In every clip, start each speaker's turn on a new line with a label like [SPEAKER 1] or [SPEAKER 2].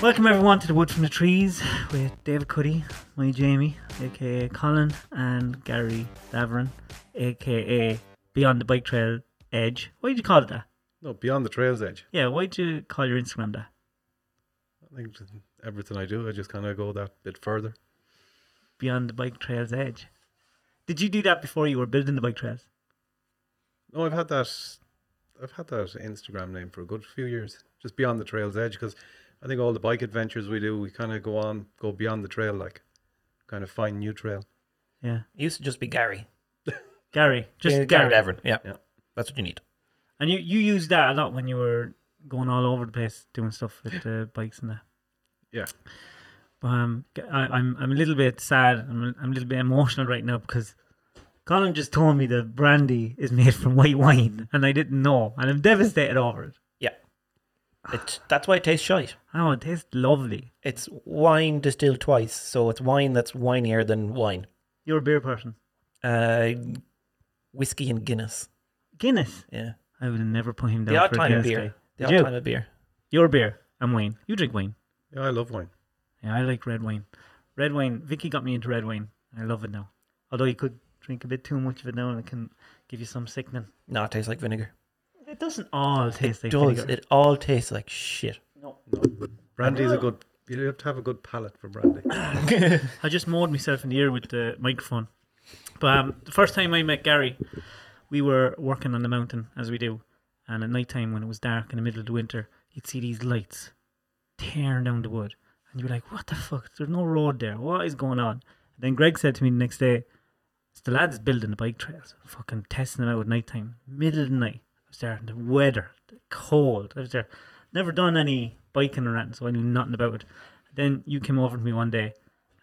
[SPEAKER 1] Welcome everyone to the Wood from the Trees with David Cuddy, my Jamie, aka Colin, and Gary Daverin, aka Beyond the Bike Trail Edge. Why did you call it that?
[SPEAKER 2] No, beyond the trail's edge.
[SPEAKER 1] Yeah, why did you call your Instagram that?
[SPEAKER 2] I think just everything I do, I just kind of go that bit further.
[SPEAKER 1] Beyond the Bike Trail's Edge. Did you do that before you were building the bike trails?
[SPEAKER 2] No, I've had that. I've had that Instagram name for a good few years. Just beyond the trail's edge, because I think all the bike adventures we do, we kind of go on, go beyond the trail, like kind of find new trail.
[SPEAKER 1] Yeah.
[SPEAKER 3] It used to just be Gary.
[SPEAKER 1] Gary. Just
[SPEAKER 3] Yeah,
[SPEAKER 1] Gary.
[SPEAKER 3] Gary Davern. Yeah.
[SPEAKER 2] Yeah.
[SPEAKER 3] That's what you need.
[SPEAKER 1] And you, you used that a lot when you were going all over the place doing stuff with the bikes and that.
[SPEAKER 2] Yeah,
[SPEAKER 1] Um, I, I'm I'm a little bit sad. I'm I'm a little bit emotional right now because Colin just told me that brandy is made from white wine, and I didn't know, and I'm devastated over it.
[SPEAKER 3] Yeah. It, that's why it tastes shite.
[SPEAKER 1] Oh, it tastes lovely.
[SPEAKER 3] It's wine distilled twice, so it's wine that's winier than wine.
[SPEAKER 1] You're a beer person.
[SPEAKER 3] Uh, whiskey and Guinness.
[SPEAKER 1] Guinness.
[SPEAKER 3] Yeah.
[SPEAKER 1] I would have never put him down
[SPEAKER 3] The odd
[SPEAKER 1] for a
[SPEAKER 3] time of
[SPEAKER 1] Guinness
[SPEAKER 3] beer.
[SPEAKER 1] guy.
[SPEAKER 3] The
[SPEAKER 1] Did
[SPEAKER 3] odd
[SPEAKER 1] you?
[SPEAKER 3] time of beer.
[SPEAKER 1] Your beer. I'm wine. You drink wine.
[SPEAKER 2] yeah, I love wine.
[SPEAKER 1] Yeah, I like red wine. Red wine. Vicky got me into red wine. I love it now. Although you could drink a bit too much of it now, and it can give you some sickening.
[SPEAKER 3] No, it tastes like vinegar.
[SPEAKER 1] It doesn't all taste
[SPEAKER 3] it
[SPEAKER 1] like
[SPEAKER 3] does.
[SPEAKER 1] vinegar.
[SPEAKER 3] It all tastes like shit.
[SPEAKER 2] Brandy's
[SPEAKER 1] Oh.
[SPEAKER 2] a good. You have to have a good palate for brandy.
[SPEAKER 1] I just mowed myself in the ear with the microphone. But um, the first time I met Gary, we were working on the mountain as we do, and at night time when it was dark in the middle of the winter, you'd see these lights tearing down the wood, and you were like, "What the fuck? There's no road there. What is going on?" And then Greg said to me the next day, "It's the lads building the bike trails, fucking testing them out at night time, middle of the night. I was there, and the weather, the cold. I was there, never done any biking or anything, so I knew nothing about it." Then you came over to me one day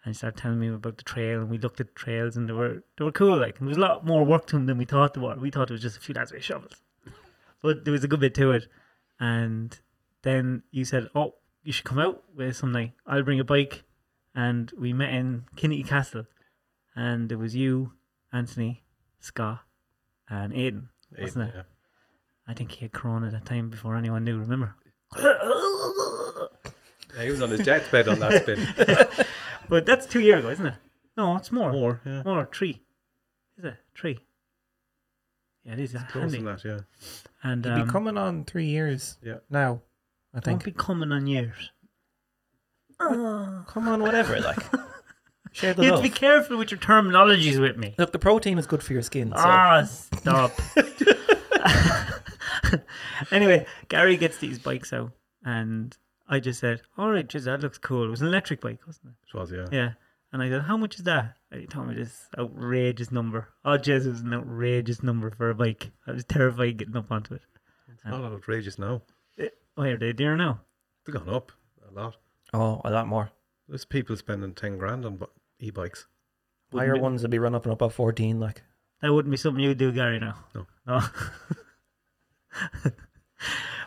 [SPEAKER 1] and he started telling me about the trail and we looked at the trails and they were they were cool like and there was a lot more work to them than we thought there were we thought it was just a few lads with shovels but there was a good bit to it and then you said oh you should come out with something I'll bring a bike and we met in Kinnity Castle and it was you Anthony Scott and Aiden wasn't it
[SPEAKER 2] Yeah.
[SPEAKER 1] I think he had Corona that time before anyone knew remember
[SPEAKER 2] Yeah, he was on his deathbed on that spin.
[SPEAKER 1] but that's two years ago isn't it no it's
[SPEAKER 2] More, yeah.
[SPEAKER 1] Or a tree. Is it? Tree. Yeah, it is.
[SPEAKER 2] Close
[SPEAKER 1] Handy.
[SPEAKER 2] than that, yeah.
[SPEAKER 1] And
[SPEAKER 3] It'd
[SPEAKER 1] um,
[SPEAKER 3] be coming on three years
[SPEAKER 2] Yeah.
[SPEAKER 3] now, I
[SPEAKER 1] won't
[SPEAKER 3] think.
[SPEAKER 1] be coming on years. Oh.
[SPEAKER 3] Come on, whatever. Like, share the
[SPEAKER 1] You have
[SPEAKER 3] love.
[SPEAKER 1] to be careful with your terminologies with me.
[SPEAKER 3] Look, the protein is good for your skin. So.
[SPEAKER 1] Ah, stop. anyway, Gary gets these bikes out, and I just said, "All right, geez, that looks cool." It was an electric bike, wasn't it?
[SPEAKER 2] It was, yeah.
[SPEAKER 1] Yeah. And I said, How much is that? And he told me this outrageous number. Oh, Jesus, it was an outrageous number for a bike. I was terrified getting up onto it.
[SPEAKER 2] It's not outrageous now.
[SPEAKER 1] it oh, are they dear now?
[SPEAKER 2] They've gone up a lot.
[SPEAKER 3] Oh, a lot more.
[SPEAKER 2] There's people spending ten grand on bu- e-bikes.
[SPEAKER 3] Higher
[SPEAKER 1] be-
[SPEAKER 3] ones would be run up and above 14. Like,
[SPEAKER 1] That wouldn't be something you'd do, Gary, now.
[SPEAKER 2] No.
[SPEAKER 1] No. Oh.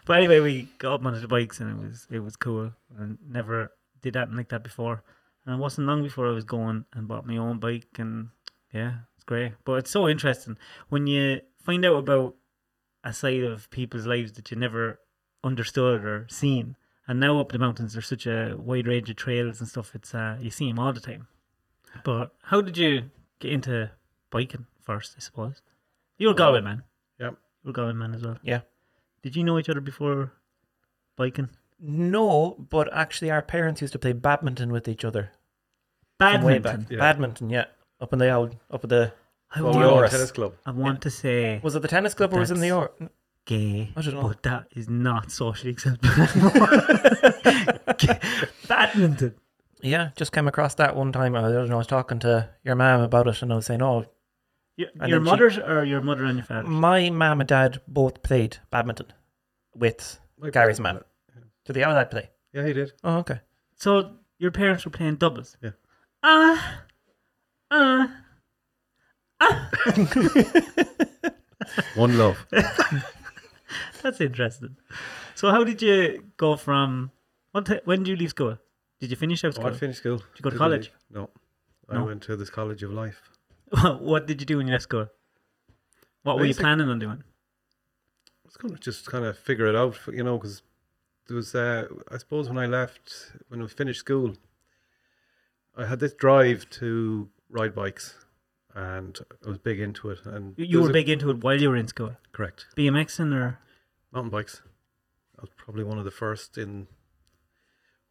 [SPEAKER 1] but anyway, we got up onto the bikes and it was it was cool. And never did anything like that before. And it wasn't long before I was going and bought my own bike and yeah, it's great. But it's so interesting when you find out about a side of people's lives that you never understood or seen. And now up the mountains, there's such a wide range of trails and stuff. It's uh, you see them all the time. But how did you get into biking first? I suppose you were Galway man.
[SPEAKER 2] Yep.
[SPEAKER 1] You were Galway man as well.
[SPEAKER 3] yeah.
[SPEAKER 1] Did you know each other before biking?
[SPEAKER 3] No, but actually, our parents used to play badminton with each other. from way back.
[SPEAKER 1] Badminton.
[SPEAKER 2] Yeah.
[SPEAKER 3] Badminton, yeah. Up in the old, up at the.
[SPEAKER 1] I
[SPEAKER 2] Well,
[SPEAKER 3] The
[SPEAKER 2] we're
[SPEAKER 1] want,
[SPEAKER 2] all
[SPEAKER 3] Oris.
[SPEAKER 2] tennis club.
[SPEAKER 1] I want to say
[SPEAKER 3] Was it the tennis club or was it in the or?
[SPEAKER 1] gay,
[SPEAKER 3] I don't know.
[SPEAKER 1] but that is not socially acceptable. Badminton.
[SPEAKER 3] Yeah, just came across that one time. I don't know. I was talking to your mom about it, and I was saying, "Oh,
[SPEAKER 1] Your,
[SPEAKER 3] And
[SPEAKER 1] your
[SPEAKER 3] then she- Mm.
[SPEAKER 1] mother's or your mother and your father's?
[SPEAKER 3] my mom and dad both played badminton with
[SPEAKER 2] My parents-
[SPEAKER 3] Gary's mom. Did the other dad play?
[SPEAKER 2] Yeah, he did.
[SPEAKER 3] Oh, okay.
[SPEAKER 1] So your parents were playing doubles.
[SPEAKER 2] Yeah.
[SPEAKER 1] Ah. ah.
[SPEAKER 2] One love.
[SPEAKER 1] That's interesting. So how did you go from what ti- when did you leave school? Did you finish out
[SPEAKER 2] Oh, I
[SPEAKER 1] school?
[SPEAKER 2] finished school.
[SPEAKER 1] you go to
[SPEAKER 2] Didn't
[SPEAKER 1] college?
[SPEAKER 2] leave. No. I
[SPEAKER 1] No.
[SPEAKER 2] went to this college of life.
[SPEAKER 1] what did you do when you left school? What were you
[SPEAKER 2] Basic-
[SPEAKER 1] planning on doing?
[SPEAKER 2] I was going to just kind of figure it out, you know, because there was uh, I suppose when I left when I finished school, I had this drive to ride bikes, and I was big into it. And
[SPEAKER 1] You,
[SPEAKER 2] there
[SPEAKER 1] you
[SPEAKER 2] was
[SPEAKER 1] were
[SPEAKER 2] a-
[SPEAKER 1] big into it while you were in school.
[SPEAKER 2] correct
[SPEAKER 1] BMXing or
[SPEAKER 2] mountain bikes. I was probably one of the first in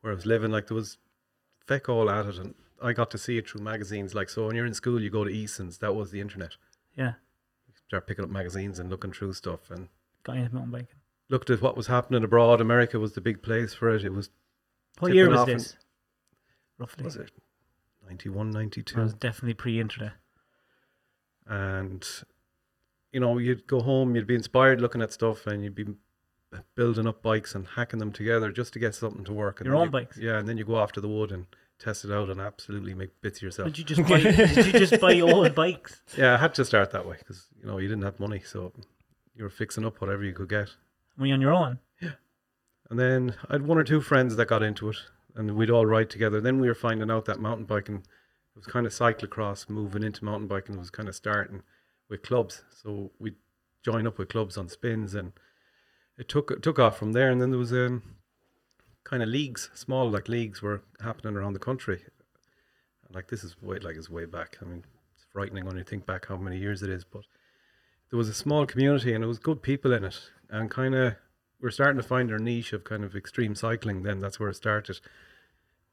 [SPEAKER 2] where I was living. Like there was feck all at it, and I got to see it through magazines. Like so, when you're in school, you go to Easton's. That was the internet.
[SPEAKER 1] yeah,
[SPEAKER 2] Start picking up magazines and looking through stuff, and
[SPEAKER 1] got into mountain biking.
[SPEAKER 2] looked at what was happening abroad. America was the big place for it. It was
[SPEAKER 1] What
[SPEAKER 2] Tipping
[SPEAKER 1] year was
[SPEAKER 2] off and-
[SPEAKER 1] this? Roughly.
[SPEAKER 2] was it 91,
[SPEAKER 1] It was
[SPEAKER 2] 92.
[SPEAKER 1] definitely pre-internet.
[SPEAKER 2] and you know you'd go home, you'd be inspired looking at stuff, and you'd be building up bikes and hacking them together just to get something to work. And
[SPEAKER 1] Your
[SPEAKER 2] then
[SPEAKER 1] own
[SPEAKER 2] you-
[SPEAKER 1] bikes?
[SPEAKER 2] yeah. And then you go off to the wood and test it out and absolutely make bits of yourself.
[SPEAKER 1] Did you just buy? did you just buy old bikes?
[SPEAKER 2] yeah, I had to start that way because you know you didn't have money, so you were fixing up whatever you could get.
[SPEAKER 1] Were you on your own?
[SPEAKER 2] And then I had one or two friends that got into it, and we'd all ride together. Then we were finding out that mountain biking it was kind of cyclocross moving into mountain biking was kind of starting with clubs. So we'd join up with clubs on spins, and it took it took off from there. And then there was um, kind of leagues, small like leagues were happening around the country. Like this is way like it's way back. I mean, it's frightening when you think back how many years it is. But there was a small community, and it was good people in it, and kind of we're starting to find our niche of kind of extreme cycling. Then that's where it started,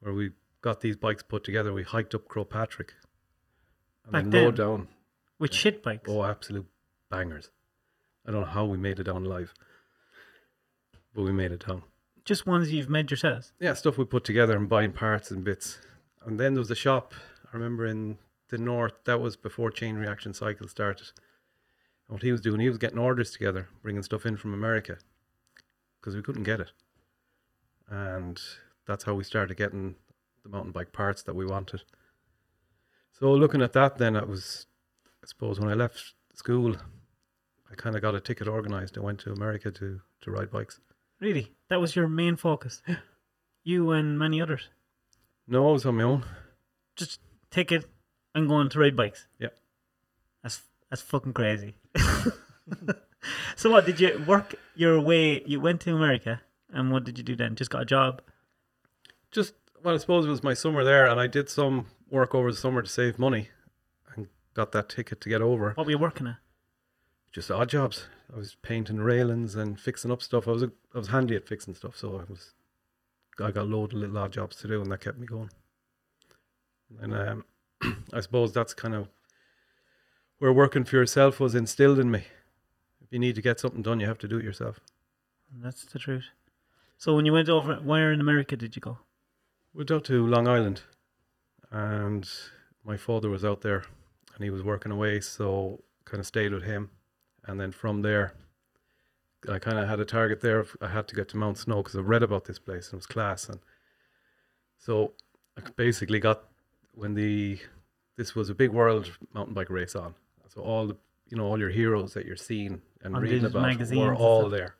[SPEAKER 2] where we got these bikes put together. We hiked up Crowpatrick and
[SPEAKER 1] Back
[SPEAKER 2] then
[SPEAKER 1] then?
[SPEAKER 2] rode down.
[SPEAKER 1] With shit bikes.
[SPEAKER 2] Oh, absolute bangers! I don't know how we made it down live, but we made it down.
[SPEAKER 1] Just ones you've made yourselves.
[SPEAKER 2] Yeah, stuff we put together and buying parts and bits. And then there was a shop, I remember in the north, that was before Chain Reaction Cycle started. And what he was doing, he was getting orders together, bringing stuff in from America because we couldn't get it. And that's how we started getting the mountain bike parts that we wanted. So looking at that, then it was, I suppose, when I left school, I kind of got a ticket organized and went to America to, to ride bikes.
[SPEAKER 1] Really, that was your main focus. You and many others.
[SPEAKER 2] No, I was on my own.
[SPEAKER 1] Just take it. I'm going to ride bikes.
[SPEAKER 2] Yep.
[SPEAKER 1] That's that's fucking crazy. so what did you work your way? You went to America, and what did you do then? Just got a job.
[SPEAKER 2] just well, I suppose it was my summer there, and I did some work over the summer to save money, and got that ticket to get over.
[SPEAKER 1] What were you working at?
[SPEAKER 2] Just odd jobs. I was painting railings and fixing up stuff. I was a, I was handy at fixing stuff, so I was I got a load of little odd jobs to do, and that kept me going. And um, I suppose that's kind of where working for yourself was instilled in me. If you need to get something done, you have to do it yourself.
[SPEAKER 1] That's the truth. So when you went over, where in America did you go?
[SPEAKER 2] Went out to Long Island, and my father was out there, and he was working away, so kind of stayed with him, and then from there, I kind of had a target there. of- I had to get to Mount Snow because I read about this place and it was class, and so I basically got when the this was a big world mountain bike race on, so all the you know all your heroes that you're seeing and
[SPEAKER 1] On
[SPEAKER 2] reading
[SPEAKER 1] these
[SPEAKER 2] about
[SPEAKER 1] magazines
[SPEAKER 2] were
[SPEAKER 1] and
[SPEAKER 2] all
[SPEAKER 1] stuff.
[SPEAKER 2] there.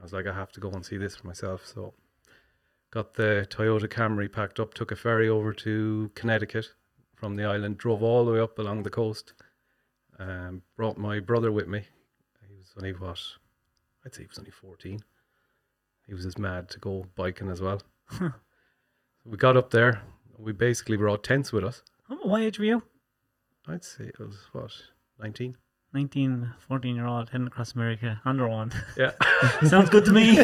[SPEAKER 2] I was like, I have to go and see this for myself, so got the Toyota Camry packed up, took a ferry over to Connecticut from the island, drove all the way up along the coast, um, brought my brother with me. He was only what? I'd say he was only 14. He was as mad to go biking as well. we got up there. We basically brought tents with us.
[SPEAKER 1] Oh, What age were you?
[SPEAKER 2] I'd say it was what, 19?
[SPEAKER 1] 19, 14 year old heading across America on their own.
[SPEAKER 2] Yeah.
[SPEAKER 1] Sounds good to me.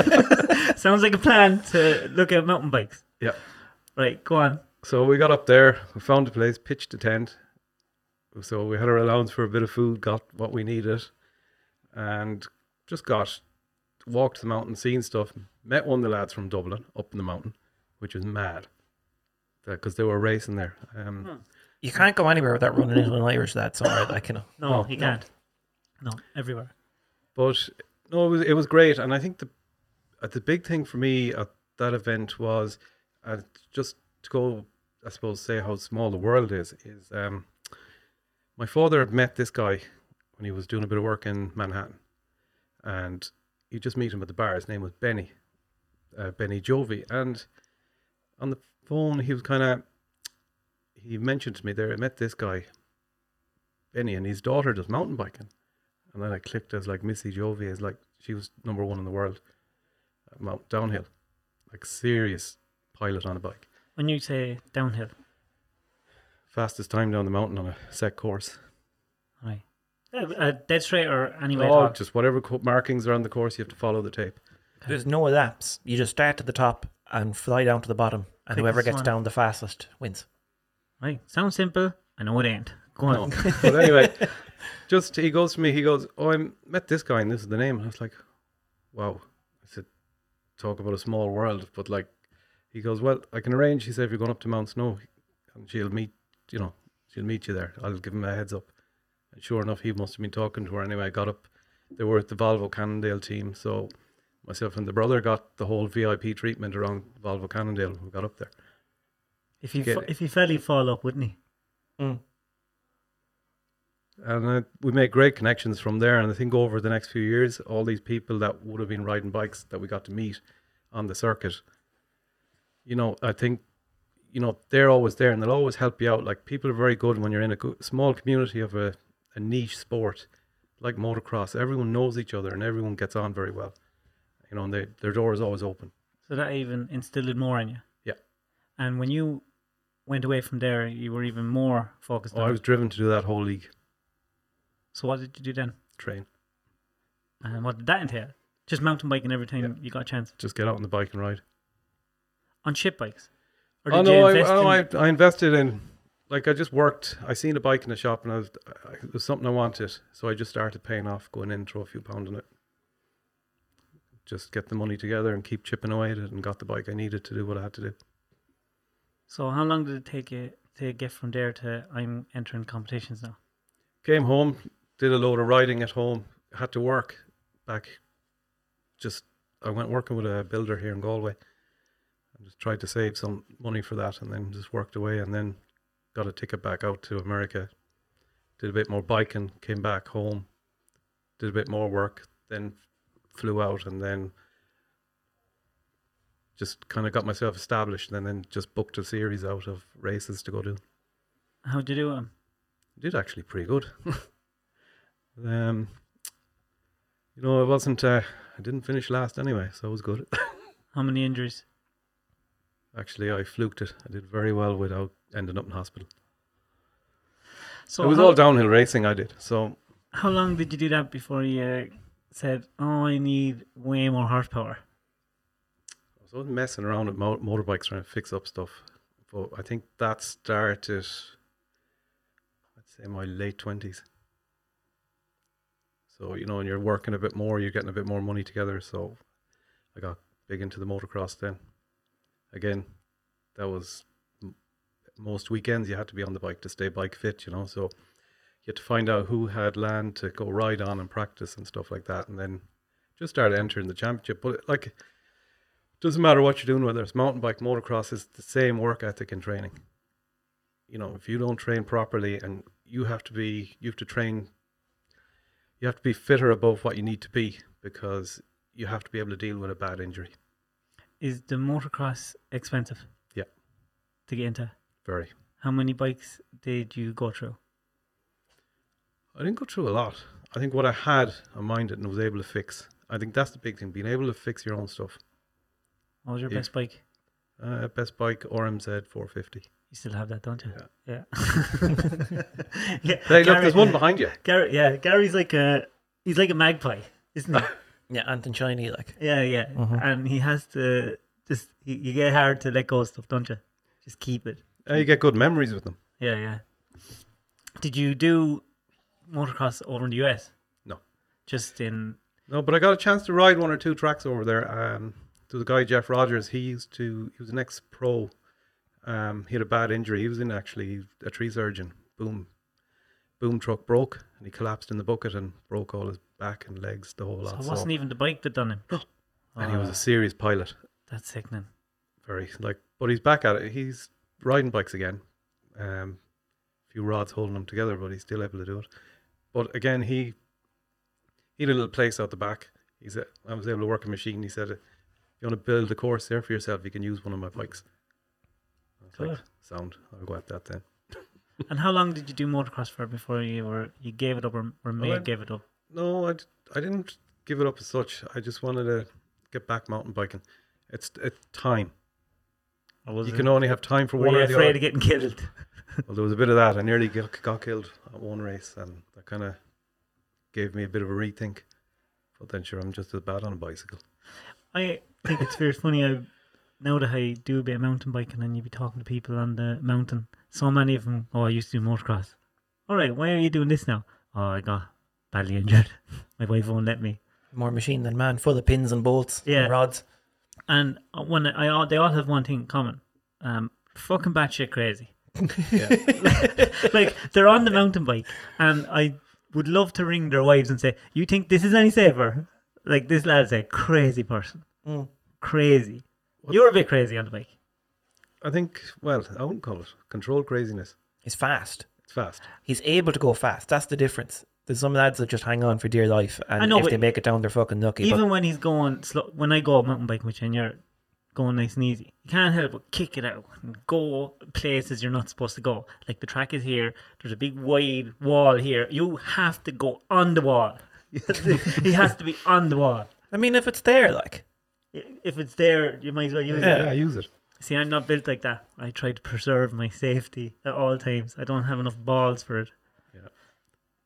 [SPEAKER 1] Sounds like a plan to look at mountain bikes.
[SPEAKER 2] yeah.
[SPEAKER 1] Right, go on.
[SPEAKER 2] So we got up there, we found a place, pitched a tent. So we had our allowance for a bit of food, got what we needed, and just got walked the mountain, seen stuff. Met one of the lads from Dublin up in the mountain, which was mad because they were racing there. Um,
[SPEAKER 3] You can't go anywhere without running into an Irish lad somewhere. Like you know,
[SPEAKER 1] No,
[SPEAKER 2] Oh,
[SPEAKER 1] he
[SPEAKER 3] no.
[SPEAKER 1] can't. No, everywhere.
[SPEAKER 2] But no, it was it was great, and I think the uh, the big thing for me at that event was uh, just to go, I suppose, say how small the world is. Is um, my father had met this guy when he was doing a bit of work in Manhattan, and you just meet him at the bar. His name was Benny, uh, Benny Jovi, and on the phone he was kind of he mentioned to me there. I met this guy, Benny, and his daughter does mountain biking. And then I clicked as like Missy Jovi is like she was number one in the world at Mount Uh, Downhill. like serious pilot on a bike.
[SPEAKER 1] When you say downhill,
[SPEAKER 2] Fastest time down the mountain on a set course.
[SPEAKER 1] aye. Uh, uh, dead straight or anyway. at
[SPEAKER 2] Oh,
[SPEAKER 1] all.
[SPEAKER 2] just whatever co- markings are on the course, you have to follow the tape.
[SPEAKER 3] There's no laps. You just start at the top and fly down to the bottom, and
[SPEAKER 1] Quickest
[SPEAKER 3] whoever gets
[SPEAKER 1] one.
[SPEAKER 3] down the fastest wins.
[SPEAKER 1] Aye. Sounds simple. I know it ain't. Go
[SPEAKER 2] No.
[SPEAKER 1] on.
[SPEAKER 2] but anyway, just he goes to me, he goes, Oh, I met this guy and this is the name. And I was like, Wow. I said, Talk about a small world. But like, he goes, Well, I can arrange. He said, If you're going up to Mount Snow, and she'll meet, you know, she'll meet you there. I'll give him a heads up. And sure enough, he must have been talking to her anyway. I got up. They were at the Volvo Cannondale team. So myself and the brother got the whole VIP treatment around Volvo Cannondale when we got up there.
[SPEAKER 1] If you
[SPEAKER 2] Get
[SPEAKER 1] fa-
[SPEAKER 2] it.
[SPEAKER 1] if you fell, he'd fall up, wouldn't he?
[SPEAKER 3] Mm.
[SPEAKER 2] And uh, we made great connections from there. And I think over the next few years, all these people that would have been riding bikes that we got to meet on the circuit, you know, I think, you know, they're always there and they'll always help you out. Like people are very good when you're in a go- small community of a, a niche sport like motocross. Everyone knows each other and everyone gets on very well. You know, and they, their door is always open.
[SPEAKER 1] So that even instilled more in you.
[SPEAKER 2] Yeah.
[SPEAKER 1] And when you went away from there, you were even more focused.
[SPEAKER 2] Oh,
[SPEAKER 1] on
[SPEAKER 2] I
[SPEAKER 1] it.
[SPEAKER 2] was driven to do that whole league
[SPEAKER 1] So what did you do then?
[SPEAKER 2] train.
[SPEAKER 1] And what did that entail? Just mountain biking every time you got a chance
[SPEAKER 2] Just get out on the bike and ride.
[SPEAKER 1] on ship bikes. Or
[SPEAKER 2] Oh
[SPEAKER 1] did you
[SPEAKER 2] no, I,
[SPEAKER 1] invest
[SPEAKER 2] oh,
[SPEAKER 1] in-
[SPEAKER 2] I, I invested in like I just worked. I seen a bike in a shop and I was I, it was something I wanted, so I just started paying off, going in, throw a few pound on it, just get the money together and keep chipping away at it, and got the bike I needed to do what I had to do.
[SPEAKER 1] So how long did it take you to get from there to I'm entering competitions now?
[SPEAKER 2] Came home, did a load of riding at home, had to work back. Just I went working with a builder here in Galway, and just tried to save some money for that, and then just worked away, and then got a ticket back out to America. Did a bit more biking, came back home, did a bit more work, then flew out, and then just kind of got myself established, and then just booked a series out of races to go to
[SPEAKER 1] How did you do it? Um,
[SPEAKER 2] did actually pretty good. um, you know, I wasn't. Uh, I didn't finish last anyway, so I was good.
[SPEAKER 1] How many injuries?
[SPEAKER 2] actually, I fluked it. I did very well without ending up in hospital.
[SPEAKER 1] So
[SPEAKER 2] it was
[SPEAKER 1] how,
[SPEAKER 2] all downhill racing. I did so.
[SPEAKER 1] how long did you do that before you uh, said, "Oh, I need way more horsepower"?
[SPEAKER 2] I was always messing around with mo- motorbikes trying to fix up stuff. But I think that started, I'd say, my late 20s. So, you know, and you're working a bit more, you're getting a bit more money together. So I got big into the motocross then. Again, that was m- most weekends you had to be on the bike to stay bike fit, you know. So you had to find out who had land to go ride on and practice and stuff like that. And then just start entering the championship. But like, doesn't matter what you're doing, whether it's mountain bike, motocross, it's the same work ethic and training. You know, if you don't train properly and you have to be, you have to train, you have to be fitter above what you need to be because you have to be able to deal with a bad injury.
[SPEAKER 1] Is the motocross expensive?
[SPEAKER 2] Yeah.
[SPEAKER 1] To get into,
[SPEAKER 2] Very.
[SPEAKER 1] how many bikes did you go through?
[SPEAKER 2] I didn't go through a lot. I think what I had, I minded and was able to fix. I think that's the big thing, being able to fix your own stuff.
[SPEAKER 1] What was your
[SPEAKER 2] Yeah.
[SPEAKER 1] best bike?
[SPEAKER 2] Uh, best bike, RMZ 450.
[SPEAKER 1] You still have that, don't you? Yeah. Yeah.
[SPEAKER 2] Hey, look,
[SPEAKER 1] Gary-
[SPEAKER 2] there's one behind you.
[SPEAKER 1] Gary, yeah, Gary's like a he's like a magpie, isn't he?
[SPEAKER 3] Yeah, Anton Shiny, like.
[SPEAKER 1] yeah, yeah.
[SPEAKER 2] Uh-huh.
[SPEAKER 1] And he has to just you, you get hard to let go of stuff, don't you? Just keep it.
[SPEAKER 2] Uh, you get good memories with them.
[SPEAKER 1] Yeah, yeah. Did you do motocross over in the US?
[SPEAKER 2] No.
[SPEAKER 1] Just in
[SPEAKER 2] No, but I got a chance to ride one or two tracks over there. Um, there's a guy Jeff Rogers. He used to. He was an ex-pro. Um, he had a bad injury. He was in actually a tree surgeon. Boom, boom truck broke, and he collapsed in the bucket and broke all his back and legs, the whole
[SPEAKER 1] so
[SPEAKER 2] lot.
[SPEAKER 1] it
[SPEAKER 2] So-
[SPEAKER 1] wasn't even the bike that done him.
[SPEAKER 2] and he was a serious pilot.
[SPEAKER 1] That's sickening.
[SPEAKER 2] Very like, but he's back at it. He's riding bikes again. Um, few rods holding him together, but he's still able to do it. But again, he he had a little place out the back. He said, "I was able to work a machine." He said, "If you want to build a course there for yourself, you can use one of my bikes." I was like,
[SPEAKER 1] Good.
[SPEAKER 2] "Sound, I'll go at that then."
[SPEAKER 1] And how long did you do motocross for before you were you gave it up or, or May
[SPEAKER 2] I-
[SPEAKER 1] gave it up?
[SPEAKER 2] No, I, d- I didn't give it up as such. I just wanted to get back mountain biking. It's, it's time.
[SPEAKER 1] Or was
[SPEAKER 2] You
[SPEAKER 1] it-
[SPEAKER 2] can only have time for
[SPEAKER 1] were
[SPEAKER 2] one
[SPEAKER 1] you
[SPEAKER 2] or the other.
[SPEAKER 1] afraid of getting killed?
[SPEAKER 2] Well, there was a bit of that. I nearly got, got killed at one race, and that kind of gave me a bit of a rethink. But then, sure, I'm just as bad on a bicycle.
[SPEAKER 1] I think it's very funny. I now that I do a bit of mountain biking, and you be talking to people on the mountain, so many of them. Oh, I used to do motocross. All right, why are you doing this now? Oh, I got badly injured. My wife won't let me.
[SPEAKER 3] More machine than man, full of pins and bolts
[SPEAKER 1] Yeah.
[SPEAKER 3] and rods.
[SPEAKER 1] And when I all they all have one thing in common, um, fucking batshit crazy. like they're on the mountain bike, and I would love to ring their wives and say, "You think this is any safer?" Like this lad's a crazy person,
[SPEAKER 3] Mm.
[SPEAKER 1] crazy. You're a bit crazy on the bike.
[SPEAKER 2] I think, well, I wouldn't call it controlled craziness.
[SPEAKER 3] He's fast.
[SPEAKER 2] It's fast.
[SPEAKER 3] He's able to go fast. That's the difference. There's some lads that just hang on for dear life,
[SPEAKER 1] I
[SPEAKER 3] and
[SPEAKER 1] know,
[SPEAKER 3] if
[SPEAKER 1] but
[SPEAKER 3] they make it down, they're fucking lucky.
[SPEAKER 1] Even when he's going slow, when I go mountain biking with you and you're going nice and easy, you can't help but kick it out and go places you're not supposed to go. Like the track is here, there's a big wide wall here. You have to go on the wall. he has to be on the wall.
[SPEAKER 3] but, I mean, if it's there, like
[SPEAKER 1] If it's there, you might as well use
[SPEAKER 3] Yeah.
[SPEAKER 1] it.
[SPEAKER 2] Yeah, use it.
[SPEAKER 1] See, I'm not built like that. I try to preserve my safety at all times. I don't have enough balls for it.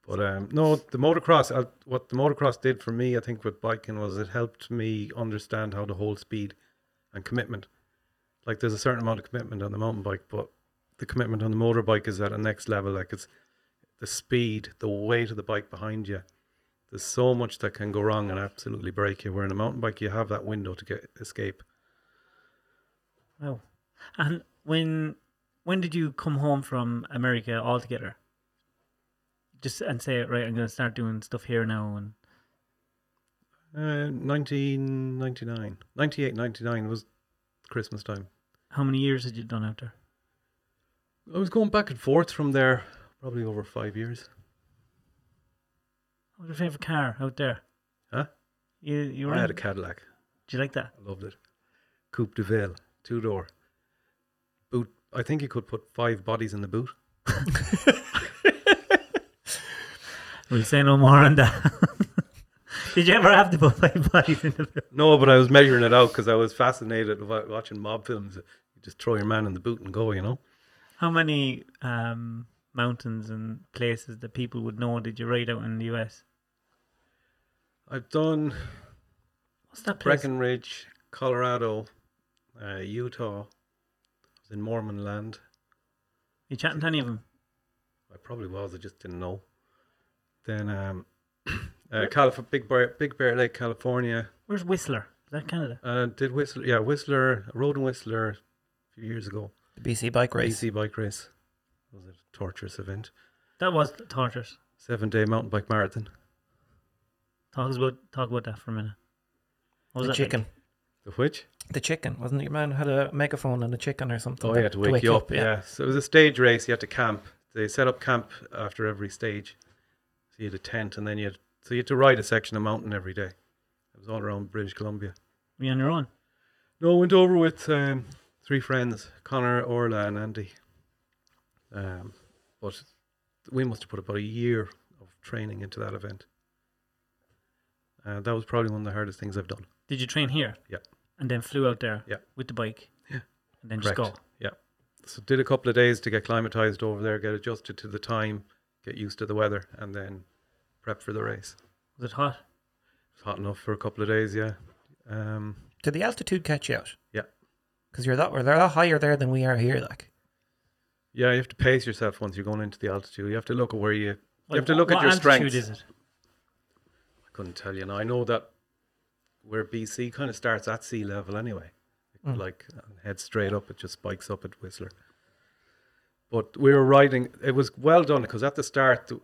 [SPEAKER 2] But um, no, the motocross. Uh, what the motocross did for me, I think, with biking was it helped me understand how to hold speed and commitment. Like there's a certain amount of commitment on the mountain bike, but the commitment on the motorbike is at a next level. Like it's the speed, the weight of the bike behind you. There's so much that can go wrong and absolutely break you. Where in a mountain bike, you have that window to get escape.
[SPEAKER 1] Wow. And when when did you come home from America altogether? Just and say right. I'm going to start doing stuff here now. And
[SPEAKER 2] Uh, 1999, 98, 99 was Christmas time.
[SPEAKER 1] how many years had you done out there?
[SPEAKER 2] I was going back and forth from there probably over five years.
[SPEAKER 1] What was your favorite car out there?
[SPEAKER 2] Huh?
[SPEAKER 1] You you were.
[SPEAKER 2] I had a
[SPEAKER 1] in-
[SPEAKER 2] Cadillac.
[SPEAKER 1] Did you like that?
[SPEAKER 2] I loved it. Coupe de Ville, two door. Boot. I think you could put five bodies in the boot.
[SPEAKER 1] We'll say no more on that. did you ever have to put five bodies in the boot?
[SPEAKER 2] No, but I was measuring it out because I was fascinated about watching mob films. You just throw your man in the boot and go, you know.
[SPEAKER 1] How many um, mountains and places that people would know did you ride out in the US?
[SPEAKER 2] I've done
[SPEAKER 1] What's that place?
[SPEAKER 2] Breckenridge, Colorado, uh, Utah. I was in Mormon land.
[SPEAKER 1] you chatting to any of them?
[SPEAKER 2] I probably was. I just didn't know. Then, um, uh, Calif- Big Bear, Big Bear Lake, California.
[SPEAKER 1] Where's Whistler? Is that Canada?
[SPEAKER 2] Uh, did Whistler? Yeah, Whistler. Rode in Whistler a few years ago.
[SPEAKER 3] the BC bike race,
[SPEAKER 2] BC bike race. It was a torturous event.
[SPEAKER 1] That was torturous.
[SPEAKER 2] Seven day mountain bike marathon.
[SPEAKER 1] Talk about talk about that for a minute. What was that
[SPEAKER 3] the
[SPEAKER 1] like?
[SPEAKER 3] chicken,
[SPEAKER 2] The which?
[SPEAKER 3] the chicken, wasn't it? Your man had a megaphone and a chicken or something.
[SPEAKER 2] Oh,
[SPEAKER 3] that-
[SPEAKER 2] yeah, to wake, you up. yeah. So it was a stage race. You had to camp. They set up camp after every stage. So you had a tent, and then you had so you had to ride a section of mountain every day. It was all around British Columbia.
[SPEAKER 1] Were you on your own?
[SPEAKER 2] No, I went over with um, three friends, Connor, Orla, and Andy. Um, but we must have put about a year of training into that event. Uh, that was probably one of the hardest things I've done.
[SPEAKER 1] Did you train here?
[SPEAKER 2] Yeah.
[SPEAKER 1] And then flew out there.
[SPEAKER 2] Yeah.
[SPEAKER 1] With the bike.
[SPEAKER 2] Yeah.
[SPEAKER 1] And then just
[SPEAKER 2] Correct.
[SPEAKER 1] go.
[SPEAKER 2] Yeah. So did a couple of days to get climatized over there, get adjusted to the time, get used to the weather, and then prep for the race.
[SPEAKER 1] Was it hot?
[SPEAKER 2] It was hot enough for a couple of days, yeah. Um,
[SPEAKER 3] Did the altitude catch you out?
[SPEAKER 2] Yeah.
[SPEAKER 3] Because you're that we're they're a lot higher there than we are here. Like
[SPEAKER 2] yeah, you have to pace yourself once you're going into the altitude. You have to look at where you. You
[SPEAKER 1] Like,
[SPEAKER 2] have to
[SPEAKER 1] wh-
[SPEAKER 2] look at
[SPEAKER 1] what
[SPEAKER 2] your
[SPEAKER 1] altitude
[SPEAKER 2] strengths.
[SPEAKER 1] Is it?
[SPEAKER 2] I couldn't tell you. Now I know that where BC kind of starts at sea level anyway,
[SPEAKER 1] Mm.
[SPEAKER 2] like and heads straight up. It just spikes up at Whistler. But we were riding. It was well done because at the start, the,